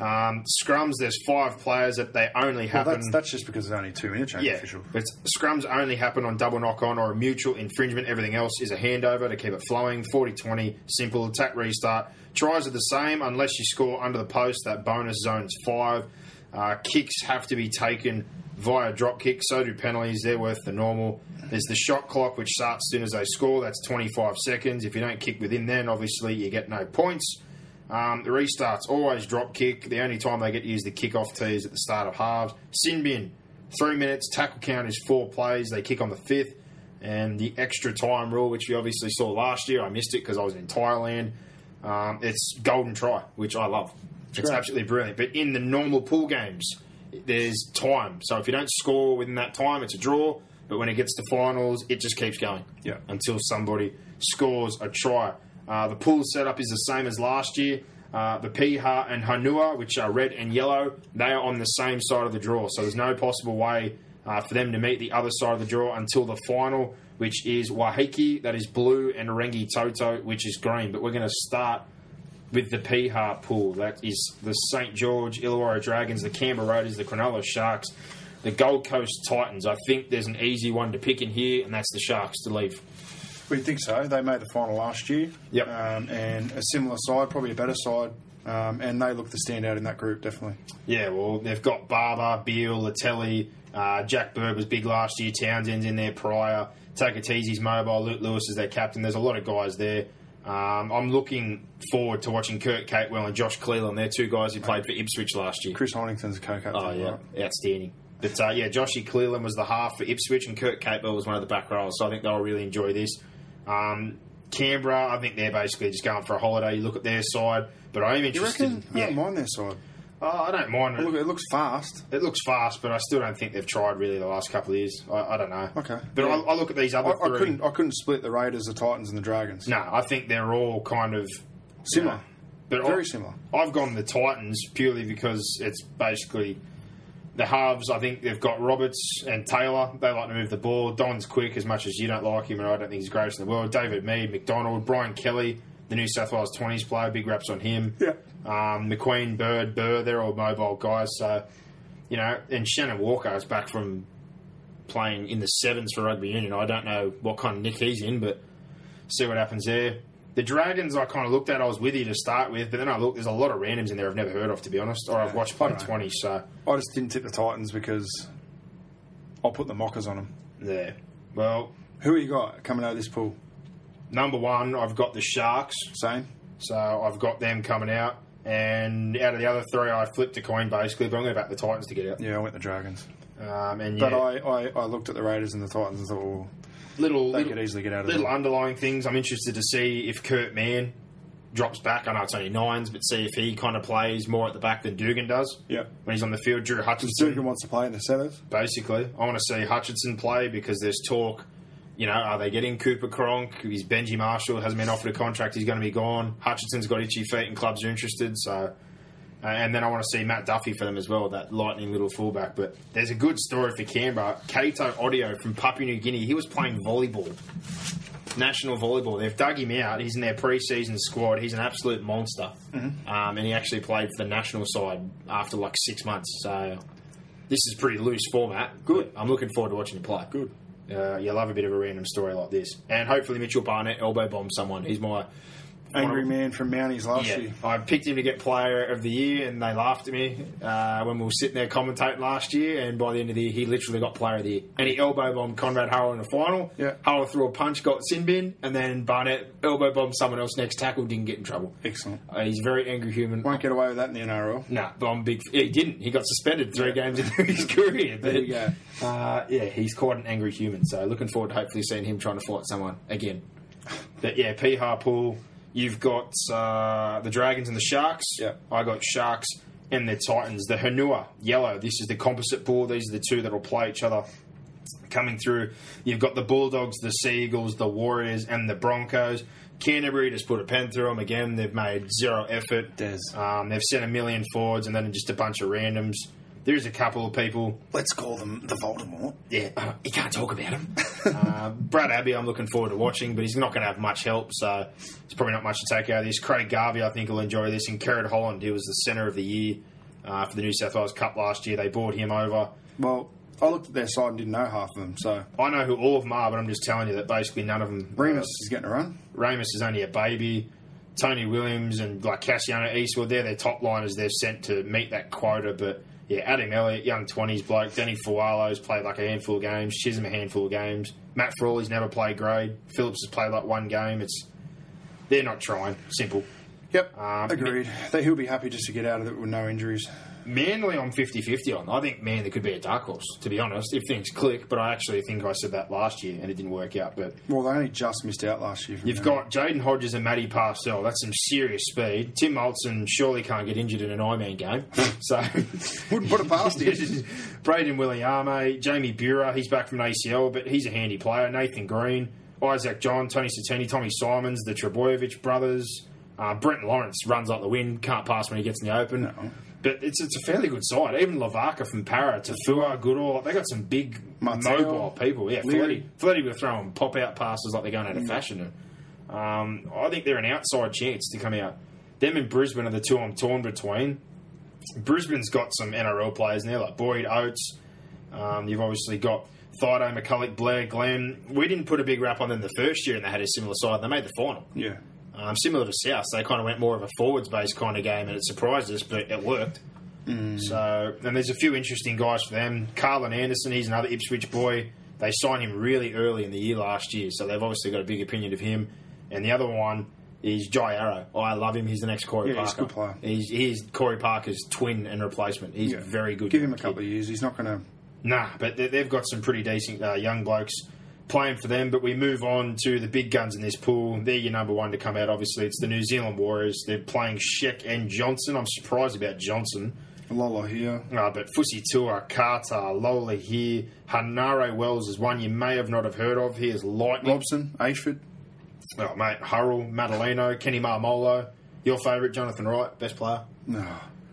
Speaker 1: Um, scrums, there's five players that they only
Speaker 2: Well,
Speaker 1: happen.
Speaker 2: that's, that's just because there's only two interchange
Speaker 1: Yeah,
Speaker 2: officials.
Speaker 1: it's, scrums only happen on double knock on or a mutual infringement. Everything else is a handover to keep it flowing. 40 20, simple attack restart. Tries are the same unless you score under the post. That bonus zone's five. Uh, kicks have to be taken via drop kick. So do penalties. They're worth the normal. There's the shot clock, which starts as soon as they score. That's 25 seconds. If you don't kick within then, obviously, you get no points. Um, the restarts always drop kick. The only time they get to use the kickoff tee is at the start of halves. Sin bin, three minutes. Tackle count is four plays. They kick on the fifth. And the extra time rule, which we obviously saw last year, I missed it because I was in Thailand. Um, it's golden try, which I love. It's absolutely brilliant. But in the normal pool games, there's time. So if you don't score within that time, it's a draw. But when it gets to finals, it just keeps going.
Speaker 2: Yeah.
Speaker 1: Until somebody scores a try. Uh, the pool setup is the same as last year. Uh, the Piha and Hanua, which are red and yellow, they are on the same side of the draw. So there's no possible way uh, for them to meet the other side of the draw until the final, which is Wahiki, that is blue, and Rengi Toto, which is green. But we're going to start with the Piha pool. That is the St. George Illawarra Dragons, the Canberra Raiders, the Cronulla Sharks, the Gold Coast Titans. I think there's an easy one to pick in here, and that's the Sharks to leave.
Speaker 2: We think so. They made the final last year.
Speaker 1: Yep.
Speaker 2: Um, and a similar side, probably a better side. Um, and they look to stand out in that group, definitely.
Speaker 1: Yeah, well, they've got Barber, Beal, Latelli, uh, Jack Bird was big last year, Townsend's in there, Pryor, Takatizi's mobile, Luke Lewis is their captain. There's a lot of guys there. Um, I'm looking forward to watching Kurt Catewell and Josh Cleland. They're two guys who played for Ipswich last year.
Speaker 2: Chris Honington's a co-captain.
Speaker 1: Oh yeah,
Speaker 2: right?
Speaker 1: outstanding. But uh, yeah, Joshy Cleland was the half for Ipswich, and Kurt Capewell was one of the back rows. So I think they'll really enjoy this. Um, Canberra, I think they're basically just going for a holiday. You look at their side, but I am
Speaker 2: You
Speaker 1: interested.
Speaker 2: reckon? I
Speaker 1: Yeah,
Speaker 2: don't mind their side.
Speaker 1: Oh, I don't mind.
Speaker 2: Look, it looks fast.
Speaker 1: It looks fast, but I still don't think they've tried really the last couple of years. I, I don't know.
Speaker 2: Okay.
Speaker 1: but
Speaker 2: Yeah.
Speaker 1: I, I look at these
Speaker 2: I,
Speaker 1: other
Speaker 2: I
Speaker 1: three.
Speaker 2: couldn't. I couldn't split the Raiders, the Titans, and the Dragons.
Speaker 1: No, I think they're all kind of
Speaker 2: Similar.
Speaker 1: Yeah. But
Speaker 2: Very
Speaker 1: I-
Speaker 2: similar.
Speaker 1: I've gone the Titans purely because it's basically the halves. I think they've got Roberts and Taylor. They like to move the ball. Don's quick as much as you don't like him, and I don't think he's greatest in the world. David Mead, McDonald, Brian Kelly, the New South Wales 20s player. Big raps on him.
Speaker 2: Yeah.
Speaker 1: Um, McQueen, Bird, Burr, they're all mobile guys. So, you know, and Shannon Walker is back from playing in the sevens for rugby union. I don't know what kind of nick he's in, but see what happens there. The Dragons, I kind of looked at. I was with you to start with, but then I looked. There's a lot of randoms in there I've never heard of, to be honest, or I've watched play
Speaker 2: alright.
Speaker 1: twenty. So
Speaker 2: I just didn't tip the Titans because I'll put the mockers on them.
Speaker 1: there. Well,
Speaker 2: Who you got coming out of this pool?
Speaker 1: number one, I've got the Sharks,
Speaker 2: Same.
Speaker 1: so I've got them coming out. And out of the other three, I flipped a coin basically, but I'm going to back the Titans to get out.
Speaker 2: Yeah, I went the Dragons.
Speaker 1: Um, and
Speaker 2: But
Speaker 1: yeah,
Speaker 2: I, I, I looked at the Raiders and the Titans and thought, well,
Speaker 1: little
Speaker 2: they
Speaker 1: little,
Speaker 2: could easily get out of
Speaker 1: little
Speaker 2: there.
Speaker 1: underlying things. I'm interested to see if Kurt Mann drops back. I know it's only nines, but see if he kind of plays more at the back than Dugan does.
Speaker 2: Yeah.
Speaker 1: when he's on the field, Drew Hutchinson.
Speaker 2: Dugan wants to play in the Sevens.
Speaker 1: basically. I want to see Hutchinson play because there's talk. You know, are they getting Cooper Cronk? Is Benji Marshall hasn't been offered a contract? He's going to be gone. Hutchinson's got itchy feet, and clubs are interested. So, uh, and then I want to see Matt Duffy for them as well, that lightning little fullback. But there's a good story for Canberra. Kato Audio from Papua New Guinea. He was playing volleyball, national volleyball. They've dug him out. He's in their preseason squad. He's an absolute monster, um, and he actually played for the national side after like six months. So this is pretty loose format.
Speaker 2: Good.
Speaker 1: but I'm looking forward to watching you play.
Speaker 2: Good.
Speaker 1: Uh, you love a bit of a random story like this, and hopefully Mitchell Barnett elbow bombs someone. He's my
Speaker 2: Angry man from Mounties last
Speaker 1: yeah.
Speaker 2: year.
Speaker 1: I picked him to get Player of the Year, and they laughed at me uh, when we were sitting there commentating last year. And by the end of the year, he literally got Player of the Year, and he elbow bombed Conrad Harrell in the final.
Speaker 2: Yeah.
Speaker 1: Harrell threw a punch, got sin bin, and then Barnett elbow bombed someone else next tackle, didn't get in trouble.
Speaker 2: Excellent.
Speaker 1: Uh, he's a very angry human.
Speaker 2: Won't get away with that in the NRL.
Speaker 1: Nah, but I'm big. Yeah, he didn't. He got suspended three games into his career. But,
Speaker 2: There you go.
Speaker 1: Uh, yeah, he's quite an angry human. So looking forward to hopefully seeing him trying to fight someone again. But yeah, P. Harpool. You've got uh, the Dragons and the Sharks.
Speaker 2: Yeah.
Speaker 1: I got Sharks and the Titans. The Hanua yellow. This is the composite ball. These are the two that will play each other coming through. You've got the Bulldogs, the Seagulls, the Warriors, and the Broncos. Canterbury just put a pen through them again. They've made zero effort.
Speaker 2: Des.
Speaker 1: Um, they've sent a million forwards and then just a bunch of randoms. There's a couple of people.
Speaker 2: Let's call them the Voldemort.
Speaker 1: Yeah, uh, you can't talk about him. uh, Brad Abbey, I'm looking forward to watching, but he's not going to have much help, so it's probably not much to take out of this. Craig Garvey, I think, will enjoy this. And Kerrod Holland, he was the centre of the year uh, for the New South Wales Cup last year. They brought him over.
Speaker 2: Well, I looked at their side and didn't know half of them, so
Speaker 1: I know who all of them are, but I'm just telling you that basically none of them.
Speaker 2: Remus is getting a run.
Speaker 1: Ramus is only a baby. Tony Williams and like Cassiano Eastwood, they're their top liners. They're sent to meet that quota. But yeah, Adam Elliott, young twenties bloke. Danny Fualo's played like a handful of games. Chisholm a handful of games. Matt Frawley's never played grade. Phillips has played like one game. It's they're not trying. Simple.
Speaker 2: Yep,
Speaker 1: Um,
Speaker 2: agreed. They- he'll be happy just to get out of it with no injuries.
Speaker 1: Manly, I'm 50 50 on. I think Manly could be a dark horse, to be honest, if things click. But I actually think I said that last year and it didn't work out. But
Speaker 2: Well, they only just missed out last year. from
Speaker 1: You've
Speaker 2: there.
Speaker 1: got Jaden Hodges and Matty Parcell. That's some serious speed. Tim Olsen surely can't get injured in an I-Man game. So
Speaker 2: Wouldn't put it past him.
Speaker 1: Braden Williame, Jamie Bura, he's back from an ACL, but he's a handy player. Nathan Green, Isaac John, Tony Satini, Tommy Simons, the Trebojevic brothers. Uh, Brent Lawrence runs like the wind, can't pass when he gets in the open. But it's it's a fairly good side. Even Lavaka from Para, Tafua, Goodall, they got some big
Speaker 2: Martel.
Speaker 1: mobile people. Yeah,
Speaker 2: Leary.
Speaker 1: Fletty. Fletty were throwing pop out passes like they're going out of fashion. Um, I think they're an outside chance to come out. Them and Brisbane are the two I'm torn between. Brisbane's got some NRL players now, like Boyd Oates. Um, you've obviously got Thido, McCulloch, Blair, Glenn. We didn't put a big rap on them the first year, and they had a similar side. They made the final.
Speaker 2: Yeah.
Speaker 1: Um, similar to South, they kind of went more of a forwards based kind of game, and it surprised us, but it worked.
Speaker 2: Hmm.
Speaker 1: So, and there's a few interesting guys for them. Carlin Anderson, he's another Ipswich boy. They signed him really early in the year last year, so they've obviously got a big opinion of him. And the other one is Jai Arrow. Oh, I love him. He's the next Corey
Speaker 2: Yeah,
Speaker 1: Parker.
Speaker 2: he's a good player.
Speaker 1: He's, he's Corey Parker's twin and replacement. He's
Speaker 2: Yeah.
Speaker 1: very good.
Speaker 2: Give him a
Speaker 1: kid.
Speaker 2: couple of years. He's not going to.
Speaker 1: Nah, but they- they've got some pretty decent uh, young blokes playing for them. But we move on to the big guns in this pool. They're your number one to come out, obviously. It's the New Zealand Warriors. They're playing Sheck and Johnson. I'm surprised about Johnson.
Speaker 2: Lola here.
Speaker 1: Uh, but Fusi Tua, Carter, Lola here, Hanare Wells is one you may have not have heard of. He is lightning.
Speaker 2: Robson, Ashford.
Speaker 1: Oh, mate, Hurrell, Madalino, Kenny Marmolo. Your favourite, Jonathan Wright, best player.
Speaker 2: No.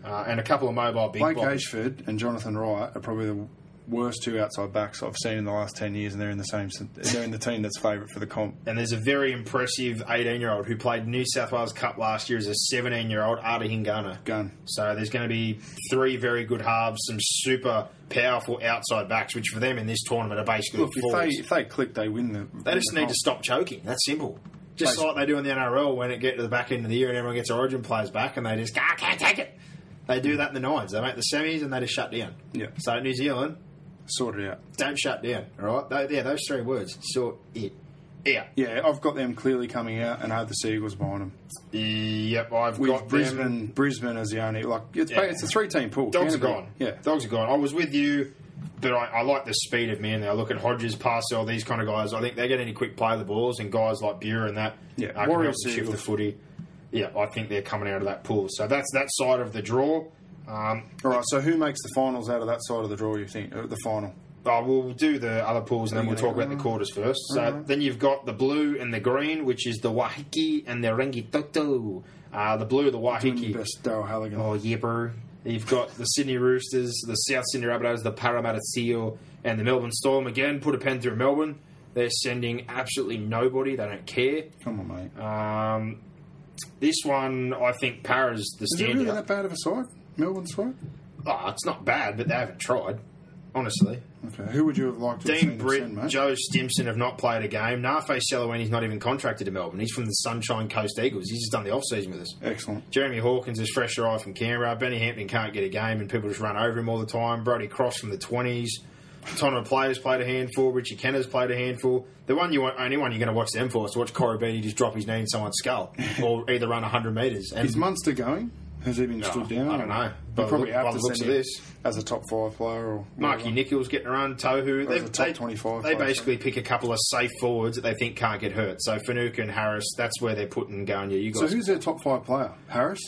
Speaker 1: Uh, and a couple of mobile big
Speaker 2: Blake
Speaker 1: boys.
Speaker 2: Ashford and Jonathan Wright are probably the worst two outside backs I've seen in the last 10 years, and they're in the same. They're in the team that's favourite for the comp.
Speaker 1: and there's a very impressive 18 year old who played New South Wales Cup last year as a 17 year old Ada Hingana.
Speaker 2: Gun.
Speaker 1: So there's going to be three very good halves, some super powerful outside backs, which for them in this tournament are basically
Speaker 2: Look, if they,
Speaker 1: forwards.
Speaker 2: if they click, they win the.
Speaker 1: They just need to stop choking. That's simple. Just like they do in the NRL when it get to the back end of the year and everyone gets their origin players back and they just I can't take it. They do that in the nines. They make the semis and they just shut down.
Speaker 2: Yeah.
Speaker 1: So New Zealand,
Speaker 2: Sort it out.
Speaker 1: don't shut down. All right. Tho- Yeah, those three words. Sort it. Yeah.
Speaker 2: Yeah, I've got them clearly coming out, and I have the Seagulls behind them.
Speaker 1: Yep. I've
Speaker 2: With
Speaker 1: got
Speaker 2: Brisbane,
Speaker 1: Them.
Speaker 2: Brisbane as the only like it's,
Speaker 1: Yeah.
Speaker 2: it's a three-team pool.
Speaker 1: Dogs are
Speaker 2: Canterbury.
Speaker 1: gone.
Speaker 2: Yeah,
Speaker 1: dogs are gone. I was with you, but I, I like the speed of Manly. I look at Hodges, Parcell, these kind of guys. I think they get any quick play of the balls, and guys like Bure and that.
Speaker 2: Yeah,
Speaker 1: uh, can help
Speaker 2: Warriors
Speaker 1: them shift
Speaker 2: are-
Speaker 1: the footy. Yeah, I think they're coming out of that pool. So that's that side of the draw. Um,
Speaker 2: All right. So who makes the finals out of that side of the draw? You think Uh, the final?
Speaker 1: I will do the other pools and then we'll talk about the quarters first. So
Speaker 2: Uh-huh.
Speaker 1: then you've got the blue and the green, which is the Wahiki and the Rangitoto. Uh, the blue, the Wahiki.
Speaker 2: Best Daryl Halligan.
Speaker 1: Oh, yeah, bro. You've got the Sydney Roosters, the South Sydney Rabbitohs, the Parramatta Seal, and the Melbourne Storm. Again, put a pen through Melbourne. They're sending absolutely nobody. They don't care.
Speaker 2: Come on, mate.
Speaker 1: Um, this one, I think Para's the
Speaker 2: Is it
Speaker 1: standout.
Speaker 2: really that bad of a side? Melbourne side?
Speaker 1: Oh, it's not bad, but they haven't tried, honestly.
Speaker 2: Okay. Who would you have liked to have
Speaker 1: Dean
Speaker 2: seen
Speaker 1: Britt,
Speaker 2: them send, mate?
Speaker 1: Joe Stimson have not played a game. Nafe Seloani's not even contracted to Melbourne. He's from the Sunshine Coast Eagles. He's just done the off-season with us.
Speaker 2: Excellent.
Speaker 1: Jeremy Hawkins is fresh arrived from Canberra. Benny Hampton can't get a game, and people just run over him all the time. Brody Cross from the twenties. Ton of players played a handful. Richie Kenner's played a handful. The one you only one you're going to watch them for is to watch Corey Beatty just drop his knee in someone's skull, or either run hundred meters. And
Speaker 2: Is Munster going? Has he been stood down?
Speaker 1: I don't know.
Speaker 2: They
Speaker 1: By the
Speaker 2: probably
Speaker 1: look- by
Speaker 2: have to
Speaker 1: the looks
Speaker 2: send
Speaker 1: of
Speaker 2: him
Speaker 1: this.
Speaker 2: as a top five player or
Speaker 1: Marky Nichols getting a run, Tohu.
Speaker 2: Those
Speaker 1: They,
Speaker 2: are top
Speaker 1: they,
Speaker 2: 25
Speaker 1: they
Speaker 2: players,
Speaker 1: basically pick a couple of safe forwards that they think can't get hurt. So Fanuka and Harris, that's where they're putting going. Yeah, you
Speaker 2: So
Speaker 1: guys.
Speaker 2: who's their top five player? Harris.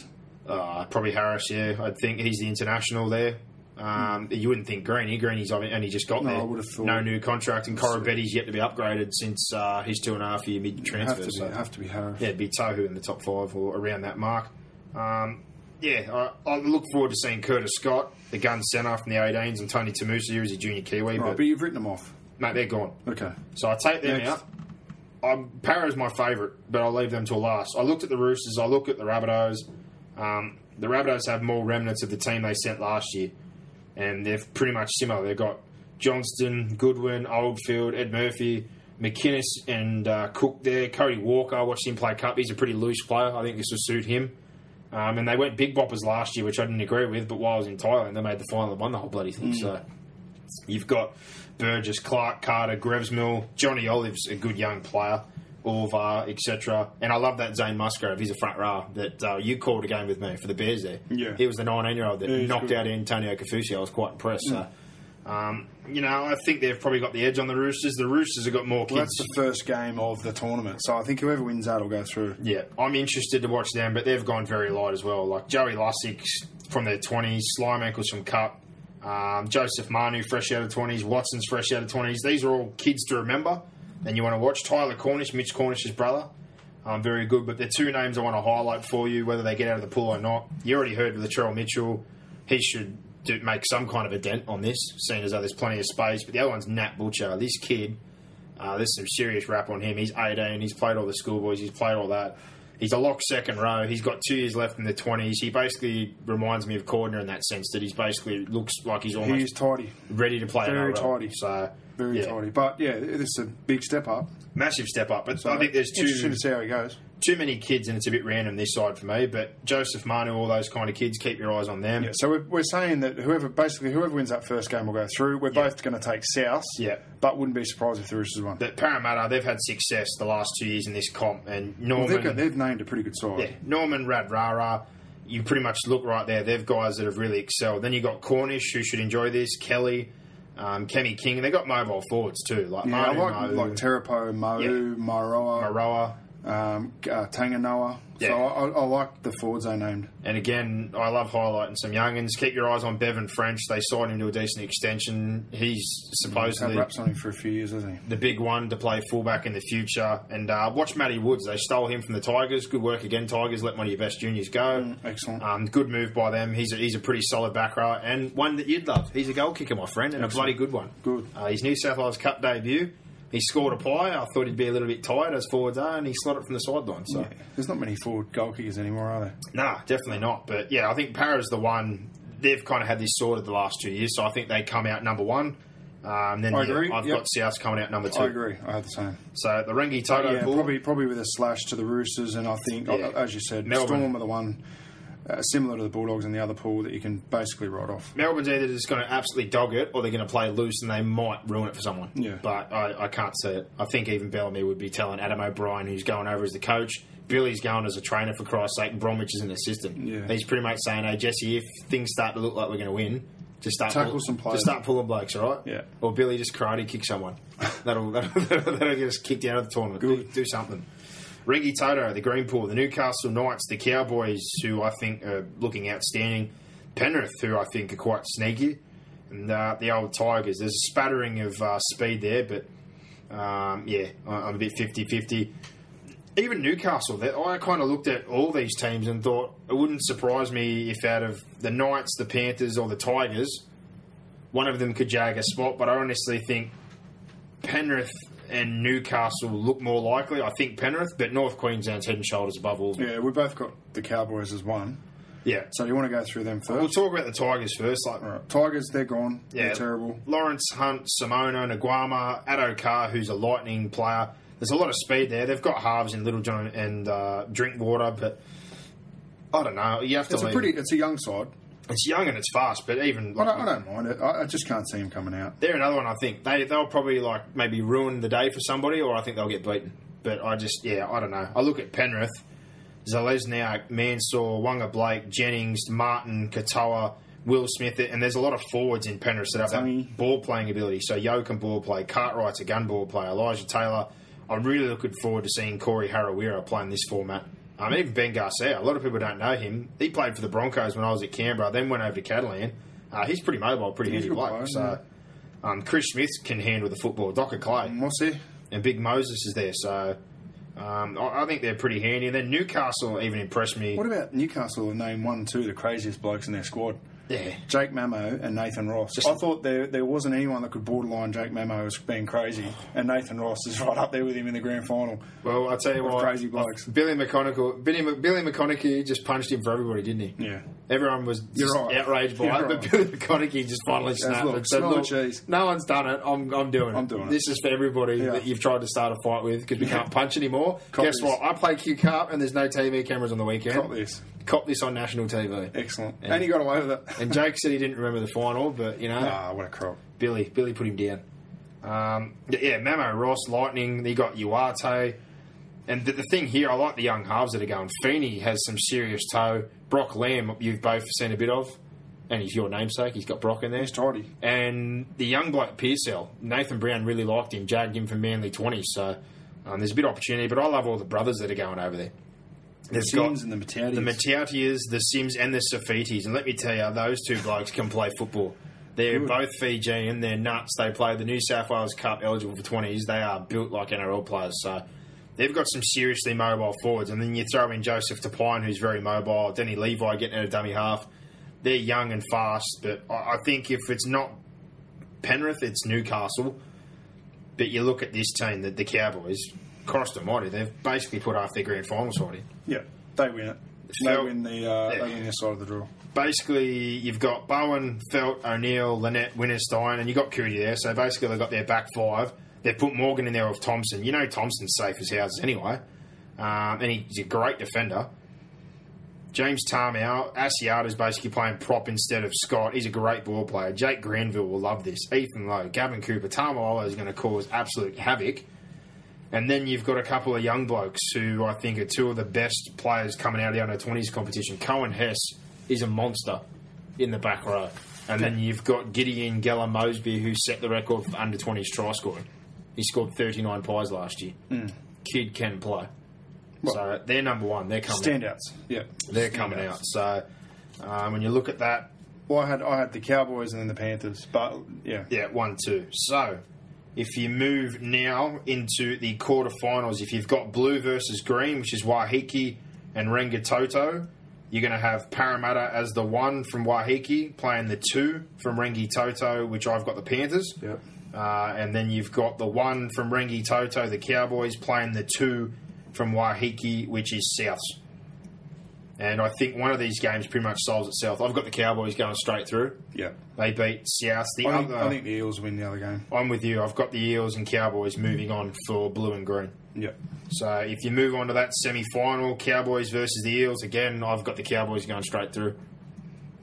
Speaker 1: Uh, probably Harris, yeah. I think he's the international there. Um, You wouldn't think Greeny. Greeny's only only just got
Speaker 2: No,
Speaker 1: there.
Speaker 2: I would have thought-
Speaker 1: No new contract, and Corabetti's yet to be upgraded since uh, his two and a half year mid
Speaker 2: Have to
Speaker 1: transfer.
Speaker 2: be.
Speaker 1: So
Speaker 2: Have to be Harris.
Speaker 1: yeah, it'd be Tohu in the top five or around that mark. Um, yeah, I, I look forward to seeing Curtis Scott, the gun centre from the 18s, and Tony Tamusa is a junior Kiwi,
Speaker 2: Right,
Speaker 1: but,
Speaker 2: but you've written them off.
Speaker 1: mate, they're gone.
Speaker 2: Okay.
Speaker 1: So I take them
Speaker 2: Next.
Speaker 1: out. I'm, Para's my favourite, but I'll leave them till last. I looked at the Roosters. I look at the Rabbitohs. Um, the Rabbitohs have more remnants of the team they sent last year, and they're pretty much similar. They've got Johnston, Goodwin, Oldfield, Ed Murphy, McInnes, and uh, Cook there. Cody Walker, I watched him play Cup. He's a pretty loose player. I think this will suit him. Um, and they went big boppers last year, which I didn't agree with, but while I was in Thailand, they made the final and won the whole bloody thing.
Speaker 2: Mm.
Speaker 1: So you've got Burgess, Clark, Carter, Grevesmill, Johnny Olive's a good young player. Orvar, etc. And I love that Zane Musgrove. He's a front row that uh, you called a game with me for the Bears there.
Speaker 2: Yeah.
Speaker 1: He was the 19 year old that
Speaker 2: he's
Speaker 1: knocked
Speaker 2: good. Mm.
Speaker 1: out Antonio Cafusi. I was quite impressed. So, um, you know, I think they've probably got the edge on the Roosters. The Roosters have got more kids.
Speaker 2: Well, that's the first game of the tournament, so I think whoever wins that will go through.
Speaker 1: Yeah, I'm interested to watch them, but they've gone very light as well. Like Joey Lussick from their 20s, Slime Ankles from Cup, um, Joseph Manu fresh out of 20s, Watson's fresh out of 20s. These are all kids to remember and you want to watch. Tyler Cornish, Mitch Cornish's brother, um, very good. But the two names I want to highlight for you, whether they get out of the pool or not. You already heard of Latrell Mitchell. He should do, make some kind of a dent on this, seeing as though there's plenty of space. But the other one's Nat Butcher. This kid. Uh, there's some serious rap on him. He's 18. He's played all the schoolboys. He's played all that. He's a lock second row. He's got two years left in the 20s. He basically reminds me of Cordner in that sense that he's basically looks like he's almost
Speaker 2: He's tidy,
Speaker 1: ready to play.
Speaker 2: very
Speaker 1: NRL.
Speaker 2: tidy.
Speaker 1: So
Speaker 2: very
Speaker 1: yeah,
Speaker 2: tidy. But yeah, this is a big step up.
Speaker 1: Massive step up. But I think there's
Speaker 2: Interesting
Speaker 1: two
Speaker 2: to see how he goes.
Speaker 1: too many kids, and it's a bit random this side for me. But Joseph Manu, all those kind of kids, keep your eyes on them.
Speaker 2: Yeah, so we're, we're saying that whoever basically whoever wins that first game will go through. We're both going to take South.
Speaker 1: Yeah.
Speaker 2: but wouldn't be surprised if the Roosters won.
Speaker 1: That Parramatta, they've had success the last two years in this comp, and
Speaker 2: Well,
Speaker 1: Norman,
Speaker 2: they've, got- they've named a pretty good side.
Speaker 1: yeah, Norman Radrara, you pretty much look right there. They've guys that have really excelled. Then you got Cornish, who should enjoy this. Kelly, um, Kemi King, and they got mobile forwards too, like
Speaker 2: Yeah, I
Speaker 1: Manu,
Speaker 2: like
Speaker 1: Mo,
Speaker 2: like Terapo, Mau,
Speaker 1: Yeah.
Speaker 2: Mairoa,
Speaker 1: Moroa.
Speaker 2: um, uh, Tanganoa.
Speaker 1: Yeah.
Speaker 2: So I, I, I like the forwards they named.
Speaker 1: And again, I love highlighting some youngins. Keep your eyes on Bevan French. They signed him to a decent extension. He's
Speaker 2: Had
Speaker 1: supposedly
Speaker 2: wraps on him for a few years, hasn't he?
Speaker 1: the big one to play fullback in the future. And uh, watch Matty Woods. They stole him from the Tigers. Good work again, Tigers. Let one of your best juniors go.
Speaker 2: Mm, excellent.
Speaker 1: Um, good move by them. He's a, he's a pretty solid back row and one that you'd love. He's a goal kicker, my friend, and a bloody good one.
Speaker 2: Good.
Speaker 1: Uh, his New South Wales Cup debut. He scored a pie. I thought he'd be a little bit tired as forwards are, and he slotted it from the sideline. So.
Speaker 2: There's not many forward goal kickers anymore, are there?
Speaker 1: Nah, definitely not. But yeah, I think Parra's the one. They've kind of had this sorted the last two years, so I think they come out number one. Um, then
Speaker 2: I
Speaker 1: yeah,
Speaker 2: agree,
Speaker 1: I've
Speaker 2: yep.
Speaker 1: got South coming out number two.
Speaker 2: I agree. I had the same.
Speaker 1: So the Rengi Toto
Speaker 2: yeah,
Speaker 1: pool,
Speaker 2: probably probably with a slash to the Roosters, and I think,
Speaker 1: Yeah.
Speaker 2: uh, as you said,
Speaker 1: Melbourne.
Speaker 2: Storm are the one uh, similar to the Bulldogs in the other pool that you can basically write off.
Speaker 1: Melbourne's either just going to absolutely dog it, or they're going to play loose, and they might ruin it for someone.
Speaker 2: Yeah.
Speaker 1: But I, I can't see it. I think even Bellamy would be telling Adam O'Brien, who's going over as the coach, Billy's going as a trainer for Christ's sake, and Bromwich is an assistant.
Speaker 2: Yeah.
Speaker 1: He's pretty much saying, "Hey Jesse, if things start to look like we're going to win, just start
Speaker 2: Tackle
Speaker 1: pull-
Speaker 2: some players.
Speaker 1: Just start pulling blokes, all right?
Speaker 2: Yeah.
Speaker 1: Or Billy just karate kick someone. That'll that'll, that'll, get us kicked out of the tournament. Do, do something. Ringy Toto, the Greenpool, the Newcastle Knights, the Cowboys, who I think are looking outstanding, Penrith, who I think are quite sneaky, and uh, the old Tigers. There's a spattering of uh, speed there, but um, yeah, I- I'm a bit 50 50. Even Newcastle, that I kind of looked at all these teams and thought it wouldn't surprise me if out of the Knights, the Panthers, or the Tigers, one of them could jag a spot. But I honestly think Penrith and Newcastle look more likely. I think Penrith, but North Queensland's head and shoulders above all. of them.
Speaker 2: Yeah, we both got the Cowboys as one.
Speaker 1: yeah.
Speaker 2: So do you want to go through them
Speaker 1: We'll
Speaker 2: first?
Speaker 1: talk about the Tigers first. Like,
Speaker 2: Tigers, they're gone.
Speaker 1: Yeah.
Speaker 2: They're terrible.
Speaker 1: Lawrence Hunt, Simona, Naguama, Addo Carr, who's a lightning player. There's a lot of speed there. They've got halves in Little John and uh, Drinkwater, but I don't know. You have to.
Speaker 2: It's a
Speaker 1: leave-
Speaker 2: pretty. It's a young side.
Speaker 1: It's young and it's fast, but even
Speaker 2: I
Speaker 1: like,
Speaker 2: don't, I don't mind it. I, I just can't see him coming out.
Speaker 1: they're another one. I think they they'll probably like maybe ruin the day for somebody, or I think they'll get beaten. But I just yeah, I don't know. I look at Penrith, Zalesniak, Mansour, Wonga Blake, Jennings, Martin, Katoa, Will Smith, and there's a lot of forwards in Penrith that have
Speaker 2: Tungy.
Speaker 1: that ball playing ability. So Yo can ball play, Cartwright's a gun ball player, Elijah Taylor. I'm really looking forward to seeing Corey Harawira playing this format. Um, even Ben Garcia, a lot of people don't know him. He played for the Broncos when I was at Canberra, then went over to Catalan. Uh, he's pretty mobile, pretty
Speaker 2: He's a
Speaker 1: easy
Speaker 2: good
Speaker 1: bloke.
Speaker 2: player,
Speaker 1: so
Speaker 2: yeah.
Speaker 1: um, Chris Smith can handle the football. Docker Clay
Speaker 2: And Mm, We'll see.
Speaker 1: and Big Moses is there, so um, I, I think they're pretty handy. And then Newcastle even impressed me.
Speaker 2: What about Newcastle? The name one, two, the craziest blokes in their squad.
Speaker 1: yeah,
Speaker 2: Jake Mamo and Nathan Ross. I thought there there wasn't anyone that could borderline Jake Mamo as being crazy, and Nathan Ross is right up there with him in the grand final.
Speaker 1: well, I tell you
Speaker 2: Of
Speaker 1: what, uh,
Speaker 2: crazy blokes.
Speaker 1: Billy McConaughey, Billy, Mc- Billy McConaughey just punched him for everybody, didn't he?
Speaker 2: Yeah.
Speaker 1: Everyone was just
Speaker 2: You're right.
Speaker 1: outraged by
Speaker 2: You're
Speaker 1: it,
Speaker 2: right.
Speaker 1: but Billy McConaughey just finally snapped
Speaker 2: look,
Speaker 1: and said,
Speaker 2: smell the
Speaker 1: "Look,
Speaker 2: cheese."
Speaker 1: no one's done it. I'm, I'm doing it.
Speaker 2: I'm doing it."
Speaker 1: This is for everybody
Speaker 2: Yeah.
Speaker 1: that you've tried to start a fight with because we can't punch anymore.
Speaker 2: Copies.
Speaker 1: Guess what? I play Q Cup and there's no TV cameras on the weekend.
Speaker 2: Cop this.
Speaker 1: Cop this on national TV.
Speaker 2: Excellent.
Speaker 1: Yeah.
Speaker 2: And he got away with it.
Speaker 1: And Jake said he didn't remember the final, but you know,
Speaker 2: ah, what a crock.
Speaker 1: Billy, Billy put him down. Um, yeah, Mamo Ross, Lightning. They got Uarte, And the, the thing here, I like the young halves that are going. Feeney has some serious toe. Brock Lamb, you've both seen a bit of, and he's your namesake. He's got Brock in there.
Speaker 2: He's tidy.
Speaker 1: And the young bloke Pearsell, Nathan Brown really liked him, jagged him from Manly 20. So um, there's a bit of opportunity, but I love all the brothers that are going over there.
Speaker 2: The Sims and the Mataudis.
Speaker 1: The Matautias, the Sims, and the Safitis. And let me tell you, those two blokes can play football. They're both Fijian. They're nuts. They play the New South Wales Cup eligible for 20s. They are built like NRL players. So they've got some seriously mobile forwards. And then you throw in Joseph Tapine, who's very mobile. Denny Levi getting out of dummy half. They're young and fast. But I I think if it's not Penrith, it's Newcastle. But you look at this team, the, the Cowboys, crossed them mighty. They've basically put half their grand final side in.
Speaker 2: Yeah, they win it. They
Speaker 1: Felt-
Speaker 2: win the uh,
Speaker 1: Yeah.
Speaker 2: they win the side of the draw.
Speaker 1: basically you've got Bowen, Felt, O'Neill, Lynette, Winterstein, and you've got Cootie there. So basically they've got their back five. They've put Morgan in there with Thompson. You know Thompson's safe as houses anyway. Um, and he's a great defender. James Tarmow, Asiata's basically playing prop instead of Scott. He's a great ball player. Jake Granville will love this. Ethan Lowe, Gavin Cooper, Tarmow is going to cause absolute havoc. And then you've got a couple of young blokes who I think are two of the best players coming out of the under 20s competition. Cohen Hess is a monster in the back row. And then you've got Gideon Geller Mosby, who set the record for under 20s try scoring. He scored 39 pies last year. Kid can play. so they're number one. They're coming
Speaker 2: Standouts. Yeah,
Speaker 1: they're coming out. So um, when you look at that,
Speaker 2: Well, I had I had the Cowboys and then the Panthers, but yeah,
Speaker 1: yeah, one, two. So if you move now into the quarterfinals, if you've got blue versus green, which is Wahiki and Rengitoto, you're going to have Parramatta as the one from Wahiki playing the two from Rengitoto, which I've got the Panthers.
Speaker 2: Yep.
Speaker 1: Uh, and then you've got the one from Rengitoto, the Cowboys, playing the two from Wahiki, which is Souths. And I think one of these games pretty much solves itself. I've got the Cowboys going straight through.
Speaker 2: yeah.
Speaker 1: They beat South. The
Speaker 2: I think,
Speaker 1: other,
Speaker 2: I think the Eels win the other game.
Speaker 1: I'm with you. I've got the Eels and Cowboys moving on for blue and green.
Speaker 2: Yeah,
Speaker 1: So if you move on to that semi-final, Cowboys versus the Eels again. I've got the Cowboys going straight through.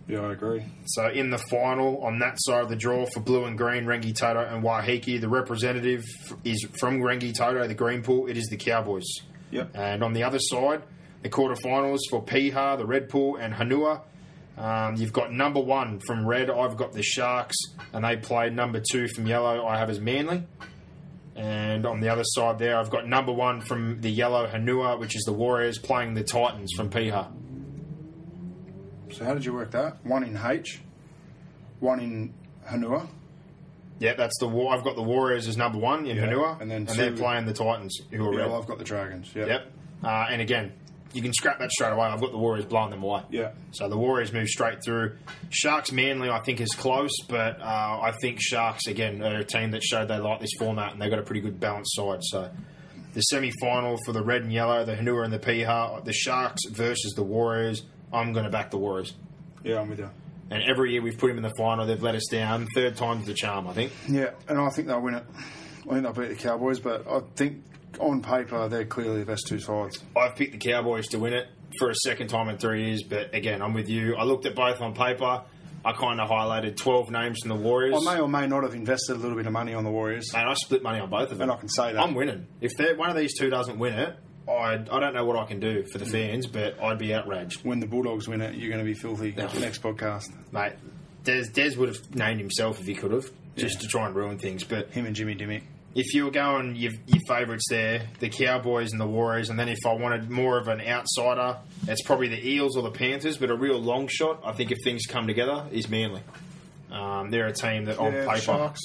Speaker 2: yeah, I agree.
Speaker 1: So in the final, on that side of the draw for blue and green, Rengi Toto and Wahiki, the representative is from Rengi Toto, the green pool. It is the Cowboys.
Speaker 2: Yep.
Speaker 1: And on the other side, the quarterfinals for Piha, the red pool, and Hanua. Um, you've got number one from red. I've got the Sharks, and they play number two from yellow. I have as Manly. And on the other side there, I've got number one from the yellow Hanua, which is the Warriors playing the Titans from Piha.
Speaker 2: So how did you work that? One in H, one in Hanua.
Speaker 1: Yeah, that's the war. I've got the Warriors as number one in
Speaker 2: Yeah,
Speaker 1: Manua,
Speaker 2: and then
Speaker 1: and they're
Speaker 2: two-
Speaker 1: playing the Titans, who are
Speaker 2: Yeah,
Speaker 1: red.
Speaker 2: well, I've got the Dragons. Yeah.
Speaker 1: Yep. Uh, and again, you can scrap that straight away. I've got the Warriors blowing them away.
Speaker 2: Yeah.
Speaker 1: So the Warriors move straight through. Sharks Manly, I think, is close, but uh, I think Sharks again are a team that showed they like this format and they got a pretty good balanced side. So the semi final for the red and yellow, the Hanua and the Piha, the Sharks versus the Warriors. I'm going to back the Warriors.
Speaker 2: Yeah, I'm with you.
Speaker 1: And every year we've put them in the final, they've let us down. Third time's the charm, I think.
Speaker 2: Yeah, and I think they'll win it. I think they'll beat the Cowboys, but I think on paper they're clearly the best two sides.
Speaker 1: I've picked the Cowboys to win it for a second time in three years, but again, I'm with you. I looked at both on paper. I kind of highlighted 12 names from the Warriors.
Speaker 2: I may or may not have invested a little bit of money on the Warriors.
Speaker 1: and I split money on both of them.
Speaker 2: And I can say that.
Speaker 1: I'm winning. If they're- one of these two doesn't win it, I, I don't know what I can do for the fans, but I'd be outraged.
Speaker 2: When the Bulldogs win it, you're going to be filthy.
Speaker 1: Yeah.
Speaker 2: Next podcast,
Speaker 1: Mate, Des, Des would have named himself if he could have, just
Speaker 2: Yeah.
Speaker 1: to try and ruin things. But
Speaker 2: him and Jimmy Dimmick.
Speaker 1: if you were going your, your favourites there, the Cowboys and the Warriors, and then if I wanted more of an outsider, it's probably the Eels or the Panthers. But a real long shot, I think, if things come together, is Manly. Um, they're a team that on
Speaker 2: Yeah,
Speaker 1: paper,
Speaker 2: Sharks.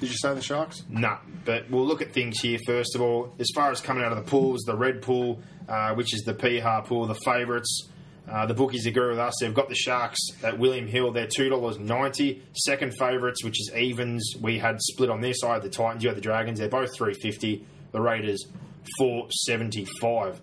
Speaker 2: Did you say the Sharks?
Speaker 1: nah. But we'll look at things here first of all. As far as coming out of the pools, the red pool, uh, which is the Pihar pool, the favourites. Uh, the bookies agree with us. They've got the Sharks at William Hill. They're two dollars ninety. Second favourites, which is evens. We had split on their side. The Titans, you had the Dragons. They're both three fifty. The Raiders four seventy five.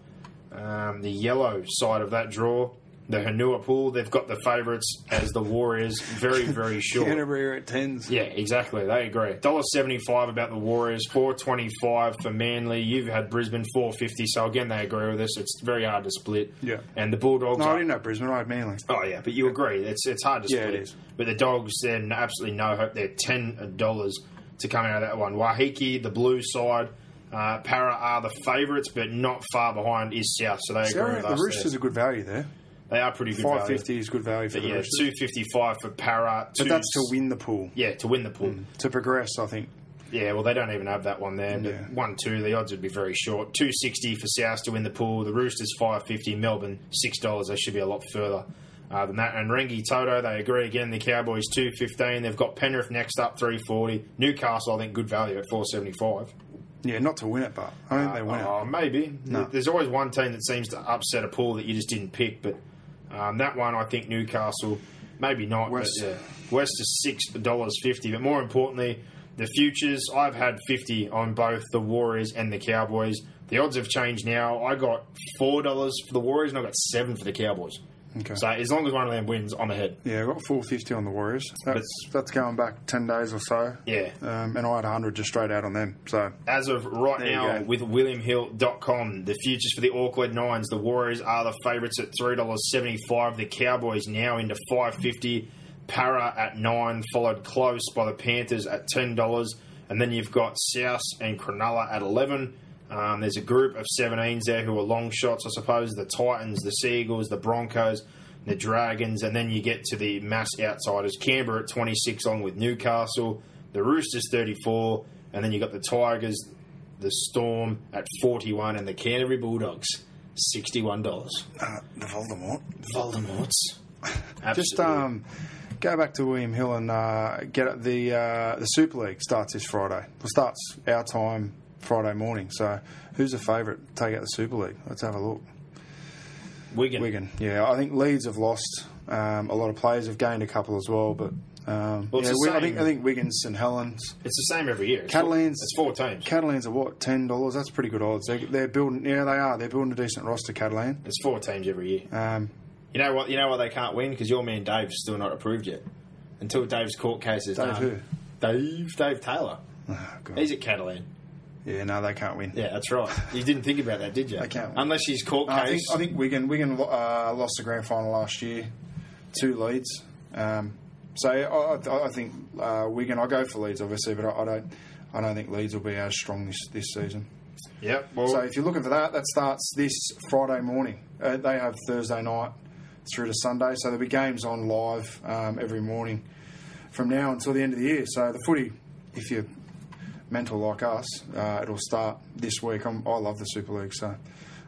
Speaker 1: Um, the yellow side of that draw, the Hanua pool. They've got the favourites as the Warriors. Very very short.
Speaker 2: Canterbury are at tens.
Speaker 1: Yeah, exactly. They agree. Dollar seventy five about the Warriors, four twenty five for Manly. You've had Brisbane four fifty, so again they agree with us. It's very hard to split.
Speaker 2: Yeah.
Speaker 1: and the Bulldogs.
Speaker 2: No, I
Speaker 1: are-
Speaker 2: didn't know Brisbane. I had Manly.
Speaker 1: Oh yeah, but you agree it's it's hard to
Speaker 2: Yeah,
Speaker 1: split.
Speaker 2: it is.
Speaker 1: But the dogs, then absolutely no hope. They're ten dollars to come out of that one. Wahiki, the blue side, Uh, Para are the favourites, but not far behind is South. So they
Speaker 2: See, I
Speaker 1: agree with
Speaker 2: reckon
Speaker 1: us.
Speaker 2: the Roosters
Speaker 1: there.
Speaker 2: are good value there.
Speaker 1: They are pretty good.
Speaker 2: Five
Speaker 1: value.
Speaker 2: fifty is good value for
Speaker 1: But
Speaker 2: the
Speaker 1: yeah,
Speaker 2: Roosters.
Speaker 1: two fifty five for Para.
Speaker 2: But that's to win Mm. the pool,
Speaker 1: Yeah, to win the pool.
Speaker 2: to progress. I think.
Speaker 1: Yeah, well, they don't even have that one there. But
Speaker 2: Yeah.
Speaker 1: One, two, the odds would be very short. Two sixty for South to win the pool. The Roosters five fifty. Melbourne six dollars. They should be a lot further uh, than that. And Rengi Toto, they agree again. The Cowboys two fifteen. They've got Penrith next up three forty. Newcastle, I think, good value at four seventy five.
Speaker 2: Yeah, not to win it, but I don't think they win it.
Speaker 1: Oh, maybe. There's always one team that seems to upset a pool that you just didn't pick, but um, that one I think Newcastle, maybe not.
Speaker 2: West.
Speaker 1: But, yeah. West is six dollars fifty, but more importantly, the futures. I've had fifty on both the Warriors and the Cowboys. The odds have changed now. I got four dollars for the Warriors, and I got seven for the Cowboys.
Speaker 2: Okay.
Speaker 1: So as long as one of them wins, I'm ahead.
Speaker 2: Yeah, I got four fifty on the Warriors. That's
Speaker 1: But-
Speaker 2: that's going back ten days or so.
Speaker 1: Yeah.
Speaker 2: um, and I had hundred just straight out on them. So
Speaker 1: As of right
Speaker 2: There you
Speaker 1: now,
Speaker 2: go.
Speaker 1: with WilliamHill.com, the futures for the Auckland Nines, the Warriors are the favourites at three dollars seventy-five. The Cowboys now into five fifty. Para at nine, followed close by the Panthers at ten dollars, and then you've got South and Cronulla at eleven. Um, there's a group of 17s there who are long shots, I suppose. The Titans, the Seagulls, the Broncos, the Dragons, and then you get to the mass outsiders. Canberra at 26, along with Newcastle, the Roosters 34, and then you got the Tigers, the Storm at 41, and the Canterbury Bulldogs $61.
Speaker 2: uh, the Voldemort.
Speaker 1: Voldemort's.
Speaker 2: Just um, go back to William Hill and uh, get it- the uh, the Super League starts this Friday. Well, starts our time Friday morning. So who's the favourite? to Take out the Super League. Let's have a look.
Speaker 1: Wigan.
Speaker 2: Wigan. Yeah, I think Leeds have lost um, a lot of players. Have gained a couple as well, but. Um,
Speaker 1: Well, it's
Speaker 2: yeah,
Speaker 1: the
Speaker 2: Wi- I
Speaker 1: same-
Speaker 2: think I think Wigan's St Helens.
Speaker 1: It's the same every year. It's
Speaker 2: Catalans.
Speaker 1: Four, it's four teams.
Speaker 2: Catalans are what ten dollars? That's pretty good odds. They, they're building. Yeah, they are. They're building a decent roster. Catalan.
Speaker 1: It's four teams every year.
Speaker 2: Um,
Speaker 1: You know what? You know why they can't win because your man Dave's still not approved yet. Until Dave's court case is
Speaker 2: Dave
Speaker 1: done.
Speaker 2: who?
Speaker 1: Dave. Dave Taylor.
Speaker 2: oh, God.
Speaker 1: He's at Catalan.
Speaker 2: Yeah, no, they can't win.
Speaker 1: Yeah, that's right. You didn't think about that, did you?
Speaker 2: They can't win.
Speaker 1: Unless his court
Speaker 2: I think,
Speaker 1: case.
Speaker 2: I think Wigan Wigan uh, lost the grand final last year, two leads. Um, so I, I, I think uh, Wigan. I go for Leeds, obviously, but I, I don't. I don't think Leeds will be as strong this, this season.
Speaker 1: Yep. Well,
Speaker 2: So if you're looking for that, that starts this Friday morning. Uh, they have Thursday night through to Sunday, so there'll be games on live um, every morning from now until the end of the year. So the footy, if you're mental like us, uh, it'll start this week. I'm, I love the Super League, so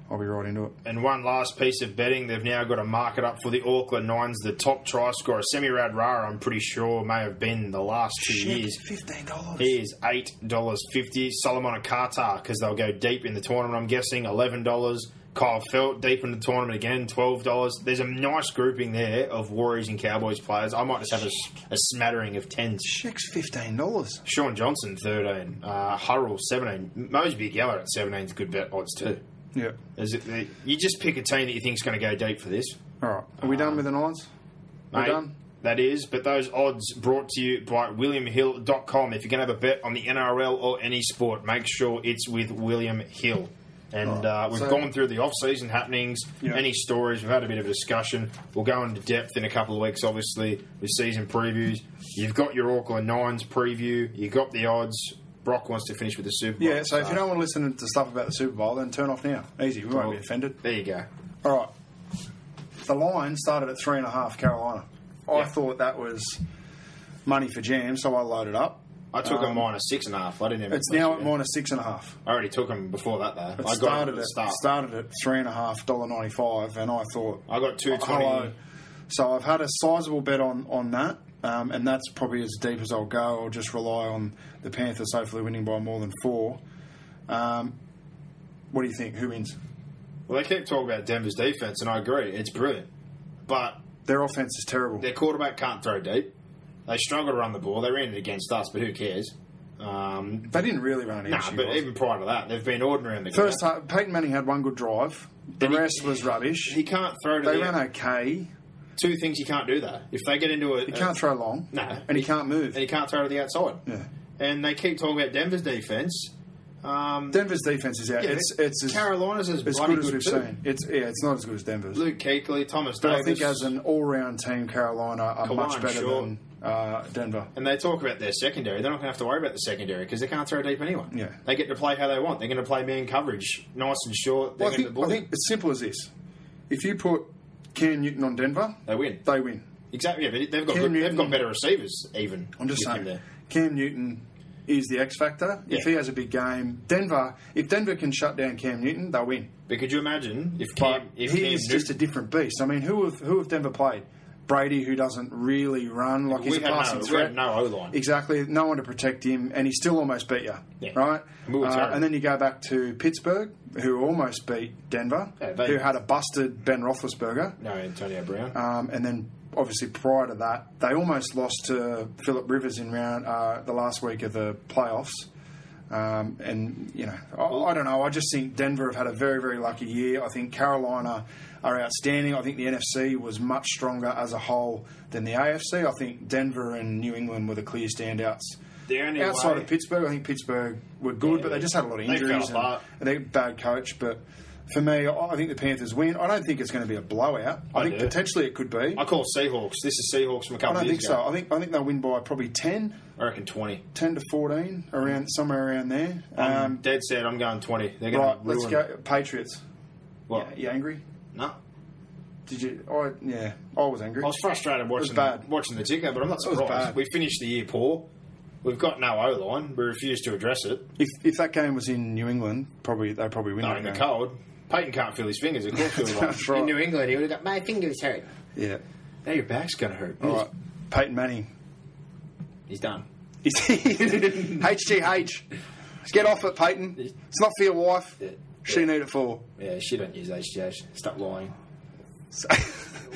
Speaker 2: I'll be right into it.
Speaker 1: And one last piece of betting, they've now got a market up for the Auckland Nines. The top try scorer, Semirad Rara, I'm pretty sure may have been the last two years.
Speaker 2: fifteen dollars.
Speaker 1: He is eight dollars fifty. Solomon Akata because they'll go deep in the tournament. I'm guessing eleven dollars. Kyle Felt deep in the tournament again, twelve dollars. There's a nice grouping there of Warriors and Cowboys players. I might just have a, a smattering of tens.
Speaker 2: Check's fifteen dollars.
Speaker 1: Sean Johnson thirteen, uh, Hurrell seventeen, Mosby Geller at seventeen is good bet odds too.
Speaker 2: Yeah.
Speaker 1: Is it, you just pick a team that you think's going to go deep for this.
Speaker 2: All right. Are we done with the nines? We're
Speaker 1: Mate,
Speaker 2: done.
Speaker 1: That is, but those odds brought to you by WilliamHill.com. If you're going to have a bet on the NRL or any sport, make sure it's with William Hill. And uh, we've
Speaker 2: Oh, so-
Speaker 1: gone through the off-season happenings,
Speaker 2: Yeah.
Speaker 1: any stories. We've had a bit of a discussion. We'll go into depth in a couple of weeks, obviously, with season previews. You've got your Auckland Nines preview. You've got the odds. Brock wants to finish with the Super Bowl.
Speaker 2: Yeah. So if you don't want to listen to stuff about the Super Bowl, then turn off now. Easy. We won't be offended.
Speaker 1: There you go.
Speaker 2: All right. The line started at three and a half Carolina. I
Speaker 1: Yeah.
Speaker 2: thought that was money for jam, so I loaded up.
Speaker 1: I took a minus six and a half. I didn't even
Speaker 2: Um, It's now
Speaker 1: touch
Speaker 2: at
Speaker 1: it.
Speaker 2: minus six and a half.
Speaker 1: I already took them before that, though.
Speaker 2: It
Speaker 1: I got 'em
Speaker 2: started
Speaker 1: at the
Speaker 2: at
Speaker 1: start.
Speaker 2: started at three and a half dollar ninety five, and I thought
Speaker 1: I got two twenty.
Speaker 2: Oh, Hello. So I've had a sizable bet on on that, um, and that's probably as deep as I'll go. I'll just rely on the Panthers hopefully winning by more than four. Um, what do you think? Who wins?
Speaker 1: Well, they keep talking about Denver's defense, and I agree, it's brilliant. But
Speaker 2: Their offense is terrible.
Speaker 1: their quarterback can't throw deep. They struggle to run the ball. They ran it against us, but who cares? Um,
Speaker 2: They didn't really run any
Speaker 1: nah,
Speaker 2: issue,
Speaker 1: but
Speaker 2: guys.
Speaker 1: even prior to that, they've been ordinary in the
Speaker 2: First
Speaker 1: ground.
Speaker 2: half, Peyton Manning had one good drive. The
Speaker 1: And he-
Speaker 2: rest was rubbish.
Speaker 1: He can't throw to
Speaker 2: they
Speaker 1: the
Speaker 2: ran okay.
Speaker 1: two things he can't do though. If they get into a
Speaker 2: He can't throw long.
Speaker 1: No.
Speaker 2: and he, can't move.
Speaker 1: and he can't throw to the outside.
Speaker 2: Yeah.
Speaker 1: And they keep talking about Denver's defense. Um,
Speaker 2: Denver's defense is out.
Speaker 1: Yeah,
Speaker 2: it's it's as,
Speaker 1: Carolina's is
Speaker 2: as
Speaker 1: bloody
Speaker 2: good as
Speaker 1: good
Speaker 2: we've
Speaker 1: too.
Speaker 2: seen. It's yeah, it's not as good as Denver's.
Speaker 1: Luke Keekley, Thomas
Speaker 2: but
Speaker 1: Davis.
Speaker 2: I think as an all-round team, Carolina are
Speaker 1: Kawhi,
Speaker 2: much better
Speaker 1: sure.
Speaker 2: than uh, Denver.
Speaker 1: and they talk about their secondary. They're not going to have to worry about the secondary because they can't throw deep anyway.
Speaker 2: Yeah.
Speaker 1: They get to play how they want. They're going to play man coverage, nice and short. They're
Speaker 2: Well, I,
Speaker 1: going to
Speaker 2: think, I think it's simple as this: if you put Cam Newton on Denver,
Speaker 1: They win.
Speaker 2: They win.
Speaker 1: Exactly. Yeah, but they've got
Speaker 2: Cam
Speaker 1: good, they've
Speaker 2: Newton-
Speaker 1: got better receivers. Even
Speaker 2: I'm just
Speaker 1: with him
Speaker 2: saying, Cam Newton is the X factor. If
Speaker 1: Yeah.
Speaker 2: he has a big game, Denver. If Denver can shut down Cam Newton, they'll win.
Speaker 1: But could you imagine if
Speaker 2: But
Speaker 1: Cam, if
Speaker 2: he
Speaker 1: Cam
Speaker 2: is
Speaker 1: Newton,
Speaker 2: just a different beast. I mean, who have who have Denver played? Brady, who doesn't really run like he's
Speaker 1: we
Speaker 2: a
Speaker 1: had
Speaker 2: passing
Speaker 1: no, we
Speaker 2: threat.
Speaker 1: had no O line.
Speaker 2: Exactly, no one to protect him, and he still almost beat you,
Speaker 1: Yeah.
Speaker 2: right?
Speaker 1: We were
Speaker 2: Uh,
Speaker 1: terrible.
Speaker 2: and then you go back to Pittsburgh, who almost beat Denver,
Speaker 1: Yeah, they-
Speaker 2: who had a busted Ben Roethlisberger.
Speaker 1: No, Antonio Brown.
Speaker 2: Um, and then obviously prior to that, they almost lost to Philip Rivers in round uh, the last week of the playoffs. Um, and you know, I, I don't know. I just think Denver have had a very, very lucky year. I think Carolina are outstanding. I think the NFC was much stronger as a whole than the AFC. I think Denver and New England were the clear standouts.
Speaker 1: The only
Speaker 2: Outside
Speaker 1: way-
Speaker 2: of Pittsburgh, I think Pittsburgh were good, but they just had a lot of
Speaker 1: They fell
Speaker 2: injuries.
Speaker 1: apart.
Speaker 2: and they're a bad coach, but for me, I I think the Panthers win. I don't think it's going to be a blowout. I,
Speaker 1: I
Speaker 2: think
Speaker 1: do.
Speaker 2: potentially it could be.
Speaker 1: I call Seahawks. This is Seahawks from a
Speaker 2: I
Speaker 1: couple
Speaker 2: don't
Speaker 1: of
Speaker 2: think
Speaker 1: years
Speaker 2: so.
Speaker 1: ago.
Speaker 2: I think I think they'll win by probably 10,
Speaker 1: I reckon twenty.
Speaker 2: 10 to fourteen, around somewhere around there.
Speaker 1: Um,
Speaker 2: Um,
Speaker 1: Dead set. I'm going twenty. They're going
Speaker 2: right,
Speaker 1: to
Speaker 2: let's
Speaker 1: ruin.
Speaker 2: go Patriots.
Speaker 1: What?
Speaker 2: You angry?
Speaker 1: No.
Speaker 2: Did you? I yeah, I was angry.
Speaker 1: I was frustrated watching
Speaker 2: bad.
Speaker 1: watching the ticker, but I'm not
Speaker 2: was
Speaker 1: surprised.
Speaker 2: bad.
Speaker 1: We finished the year poor. We've got no O line. We refuse to address it.
Speaker 2: if, if that game was in New England, probably they probably win
Speaker 1: No,
Speaker 2: that
Speaker 1: in the
Speaker 2: game.
Speaker 1: cold. Peyton can't feel his fingers. Of course, he
Speaker 2: That's
Speaker 1: won't.
Speaker 2: right.
Speaker 1: in New England, he would have got my fingers hurt.
Speaker 2: Yeah.
Speaker 1: Now your back's gonna hurt.
Speaker 2: All right. Peyton Manning.
Speaker 1: He's done.
Speaker 2: HGH. Get off it, Peyton. It's not for your wife. She need it for.
Speaker 1: Yeah, she don't use HGH. Stop lying.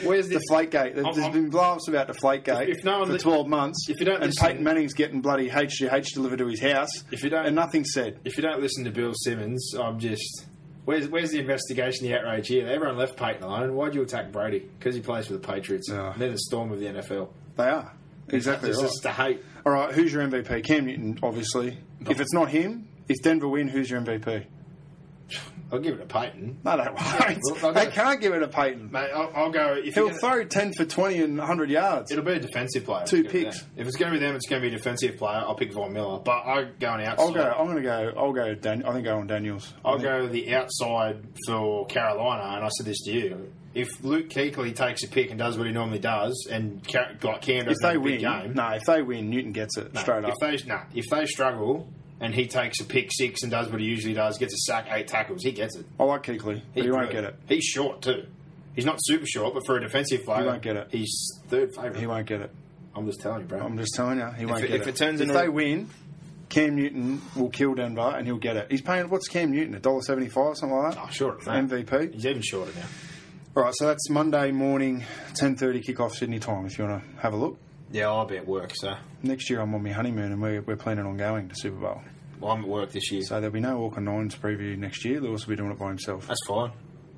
Speaker 2: Where's
Speaker 1: the-
Speaker 2: deflate gate? There's
Speaker 1: I'm- I'm-
Speaker 2: been blow-ups about deflate gate
Speaker 1: If- if no one
Speaker 2: for
Speaker 1: li-
Speaker 2: 12 months,
Speaker 1: if you don't
Speaker 2: and
Speaker 1: listen-
Speaker 2: Peyton Manning's getting bloody HGH delivered to his house,
Speaker 1: If you don't-
Speaker 2: and nothing's said.
Speaker 1: If you don't listen to Bill Simmons, I'm just. Where's, where's the investigation, the outrage here? Everyone left Peyton alone. Why'd you attack Brady? Because he plays for the Patriots.
Speaker 2: Yeah.
Speaker 1: And they're the storm of the NFL.
Speaker 2: They are exactly
Speaker 1: It's
Speaker 2: right.
Speaker 1: just the hate.
Speaker 2: All right, who's your MVP? Cam Newton, obviously. If it's not him, if Denver win, who's your MVP?
Speaker 1: I'll give it to Peyton.
Speaker 2: No, they won't.
Speaker 1: Well, I'll
Speaker 2: they
Speaker 1: go-
Speaker 2: can't give it to Peyton.
Speaker 1: Mate, I'll, I'll go. If
Speaker 2: He'll
Speaker 1: you're gonna-
Speaker 2: throw 10 for 20 and 100 yards.
Speaker 1: It'll be a defensive player.
Speaker 2: Two
Speaker 1: It's gonna be
Speaker 2: picks.
Speaker 1: them. If it's going to be them, it's going to be a defensive player. I'll pick Von Miller. But I'm going outside.
Speaker 2: I'll go. I'm going to go. I'll go. Dan, I think Owen Daniels. I
Speaker 1: I'll
Speaker 2: think-
Speaker 1: go the outside for Carolina, and I said this to you. If Luke Keekley takes a pick and does what he normally does, and Ca- like Cam doesn't
Speaker 2: If they
Speaker 1: have a
Speaker 2: win,
Speaker 1: big game,
Speaker 2: no. If they win, Newton gets it straight
Speaker 1: if
Speaker 2: up.
Speaker 1: They, nah, if they struggle and he takes a pick six and does what he usually does, gets a sack, eight tackles, he gets it.
Speaker 2: Oh, I like Keekley, but he won't
Speaker 1: could.
Speaker 2: get it.
Speaker 1: He's short too. He's not super short, but for a defensive player,
Speaker 2: won't get it.
Speaker 1: He's third favorite.
Speaker 2: He won't get it.
Speaker 1: I'm just telling you, bro.
Speaker 2: I'm just telling you, he won't
Speaker 1: it-
Speaker 2: get
Speaker 1: if
Speaker 2: it.
Speaker 1: it turns
Speaker 2: if
Speaker 1: into-
Speaker 2: they win, Cam Newton will kill Denver and he'll get it. He's paying what's Cam Newton a dollar seventy five something like that.
Speaker 1: Oh, shorter
Speaker 2: for
Speaker 1: than that.
Speaker 2: MVP.
Speaker 1: He's even shorter now.
Speaker 2: All right, so that's Monday morning, ten thirty kickoff Sydney time. If you want to have a look,
Speaker 1: Yeah, I'll be at work, so
Speaker 2: next year I'm on my honeymoon and we're, we're planning on going to Super Bowl.
Speaker 1: well, I'm at work this year.
Speaker 2: So there'll be no Walker Nines preview next year. Lewis will be doing it by himself.
Speaker 1: That's fine.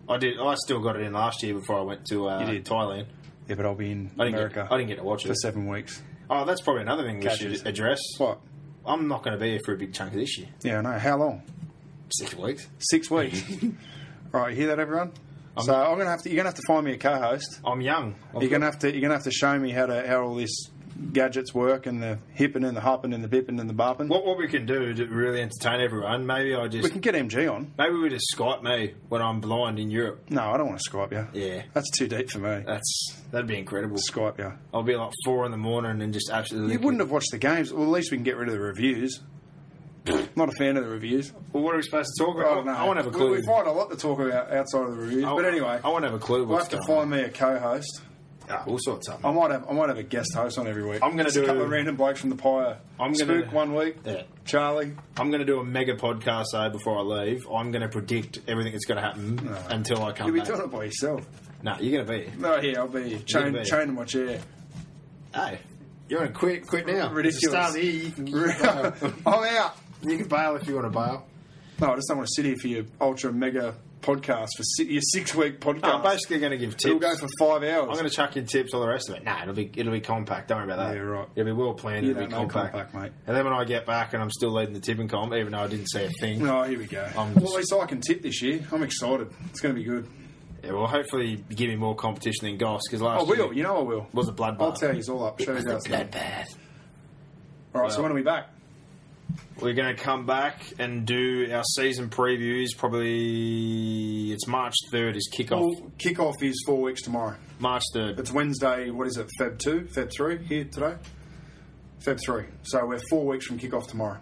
Speaker 1: I did. I still got it in last year before I went to uh,
Speaker 2: You did.
Speaker 1: Thailand.
Speaker 2: Yeah, but I'll be in
Speaker 1: I didn't get-
Speaker 2: America.
Speaker 1: I didn't get to watch it.
Speaker 2: for seven weeks.
Speaker 1: Oh, that's probably another thing we
Speaker 2: Catches.
Speaker 1: should address.
Speaker 2: What?
Speaker 1: I'm not going to be here for a big chunk of this year.
Speaker 2: Yeah, I know. How long?
Speaker 1: Six weeks.
Speaker 2: Six weeks. All right, you hear that, everyone? so I'm gonna have to. You're gonna have to find me a co-host.
Speaker 1: I'm young. I've
Speaker 2: You're gonna have to. You're gonna have to show me how to how all this gadgets work and the hipping and the hopping and the bipping and the bopping.
Speaker 1: What what we can do to really entertain everyone? Maybe I
Speaker 2: We
Speaker 1: just
Speaker 2: can get MG on.
Speaker 1: maybe we just Skype me when I'm blind in Europe.
Speaker 2: No, I don't want to Skype you.
Speaker 1: Yeah. Uh,
Speaker 2: that's too deep for me.
Speaker 1: That's that'd be incredible.
Speaker 2: Skype you.
Speaker 1: I'll be like four in the morning and just absolutely.
Speaker 2: You wouldn't have watched the games. Well, at least we can get rid of the reviews. Not a fan of the reviews.
Speaker 1: Well, what are we supposed to talk
Speaker 2: I
Speaker 1: about?
Speaker 2: don't know.
Speaker 1: I want to have a
Speaker 2: We,
Speaker 1: clue.
Speaker 2: we find a lot to talk about outside of the reviews.
Speaker 1: I-
Speaker 2: but anyway,
Speaker 1: I want to have a clue.
Speaker 2: We'll
Speaker 1: What's
Speaker 2: have to
Speaker 1: going
Speaker 2: find me a co-host.
Speaker 1: on. Ah, we'll sort something.
Speaker 2: I might have I might have a guest host on every week.
Speaker 1: I'm gonna
Speaker 2: Just
Speaker 1: do-
Speaker 2: a couple of random blokes from the pyre.
Speaker 1: I'm gonna-
Speaker 2: Spook one week.
Speaker 1: Yeah.
Speaker 2: Charlie.
Speaker 1: I'm going to do a mega podcast though before I leave. I'm going to predict everything that's going to happen until I come
Speaker 2: You'll be
Speaker 1: back.
Speaker 2: doing it by yourself.
Speaker 1: No, you're going to be.
Speaker 2: No, yeah, I'll be chained,
Speaker 1: be.
Speaker 2: chained to my chair.
Speaker 1: Hey, you're going to quit. Quit now. It's
Speaker 2: Ridiculous.
Speaker 1: the start of the year. You can, you can
Speaker 2: I'm
Speaker 1: bail.
Speaker 2: out.
Speaker 1: you can bail if you want to bail.
Speaker 2: No, I just don't want to sit here for your ultra mega podcast for si- your six week podcast.
Speaker 1: I'm basically going to give tips.
Speaker 2: It'll go for five hours.
Speaker 1: I'm going to chuck in tips, all the rest of it. Nah, it'll be it'll be compact. Don't worry about that.
Speaker 2: Yeah, right.
Speaker 1: It'll be well planned.
Speaker 2: You
Speaker 1: it'll be
Speaker 2: don't know
Speaker 1: compact.
Speaker 2: compact, mate.
Speaker 1: And then when I get back and I'm still leading the tipping comp, even though I didn't say a thing.
Speaker 2: Oh, here we go.
Speaker 1: I'm
Speaker 2: well,
Speaker 1: just-
Speaker 2: at least I can tip this year. I'm excited. It's going to be good.
Speaker 1: Yeah, well, hopefully you give me more competition than Goss because
Speaker 2: I
Speaker 1: last
Speaker 2: Oh, will.
Speaker 1: year
Speaker 2: You know I will.
Speaker 1: was a bloodbath.
Speaker 2: I'll tell you all up. Show you how it's done. All right. so when are we back?
Speaker 1: We're going to come back and do our season previews. Probably it's March third is kickoff.
Speaker 2: Well, kickoff is four weeks tomorrow.
Speaker 1: March third.
Speaker 2: It's Wednesday. What is it? Feb two, Feb three here today. Feb three. So we're four weeks from kickoff tomorrow.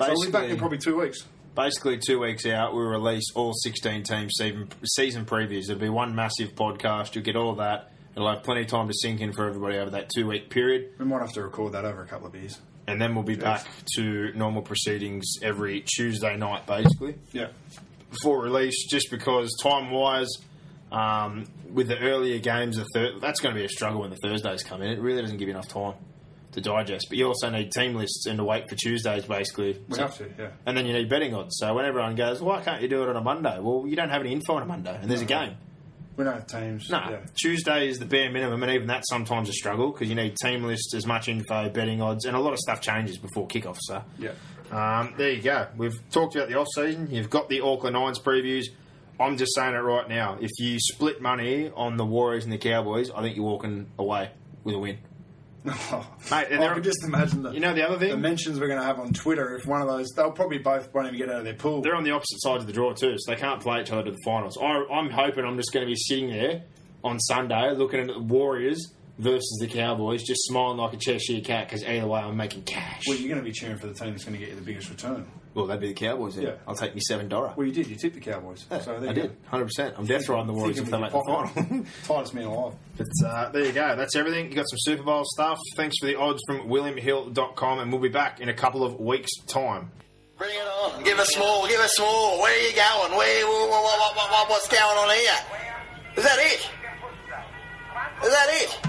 Speaker 2: so we'll be back
Speaker 1: Basically-
Speaker 2: in probably two weeks.
Speaker 1: Basically, two weeks out, we release all 16 team season, season previews. It'll be one massive podcast. You'll get all that. It'll have plenty of time to sink in for everybody over that two week period.
Speaker 2: We might have to record that over a couple of beers.
Speaker 1: And then we'll be back to normal proceedings every Tuesday night, basically,
Speaker 2: Yeah.
Speaker 1: before release, just because time wise, um, with the earlier games, the thir- that's going to be a struggle when the Thursdays come in. It really doesn't give you enough time to digest. But you also need team lists and to wait for Tuesdays, basically.
Speaker 2: We
Speaker 1: So-
Speaker 2: have to, yeah.
Speaker 1: and then you need betting odds. So when everyone goes, why can't you do it on a Monday? Well, you don't have any info on a Monday, and there's a game.
Speaker 2: We don't have teams.
Speaker 1: No,
Speaker 2: Yeah.
Speaker 1: Tuesday is the bare minimum, and even that's sometimes a struggle because you need team lists, as much info, betting odds, and a lot of stuff changes before kickoff. So
Speaker 2: Yeah.
Speaker 1: um, there you go. We've talked about the off season. You've got the Auckland Nines previews. I'm just saying it right now. If you split money on the Warriors and the Cowboys, I think you're walking away with a win. Mate, and
Speaker 2: I
Speaker 1: there-
Speaker 2: can just imagine the
Speaker 1: You know the other thing?
Speaker 2: the mentions we're going to have on Twitter. If one of those, they'll probably both won't even get out of their pool.
Speaker 1: they're on the opposite sides of the draw too, so they can't play each other to the finals. I, I'm hoping I'm just going to be sitting there on Sunday looking at the Warriors versus the Cowboys, just smiling like a Cheshire cat because either way I'm making cash.
Speaker 2: well, you're going to be cheering for the team that's going to get you the biggest return.
Speaker 1: Well, that'd be the Cowboys. Then.
Speaker 2: Yeah.
Speaker 1: I'll take me seven dollar.
Speaker 2: Well, you did. You tipped the Cowboys. so there
Speaker 1: I
Speaker 2: you
Speaker 1: did,
Speaker 2: Go.
Speaker 1: hundred percent. I'm death riding the Warriors if
Speaker 2: Thinking
Speaker 1: they make
Speaker 2: with
Speaker 1: the
Speaker 2: your
Speaker 1: final.
Speaker 2: pocket. Tightest man alive.
Speaker 1: but uh, there you go. That's everything. You got some Super Bowl stuff. Thanks for the odds from WilliamHill.com, and we'll be back in a couple of weeks' time.
Speaker 3: Bring it on. Give us more. Give us more. Where are you going? Where, wha- wha- wha- wha- wha- what's going on here? Is that it? Is that it?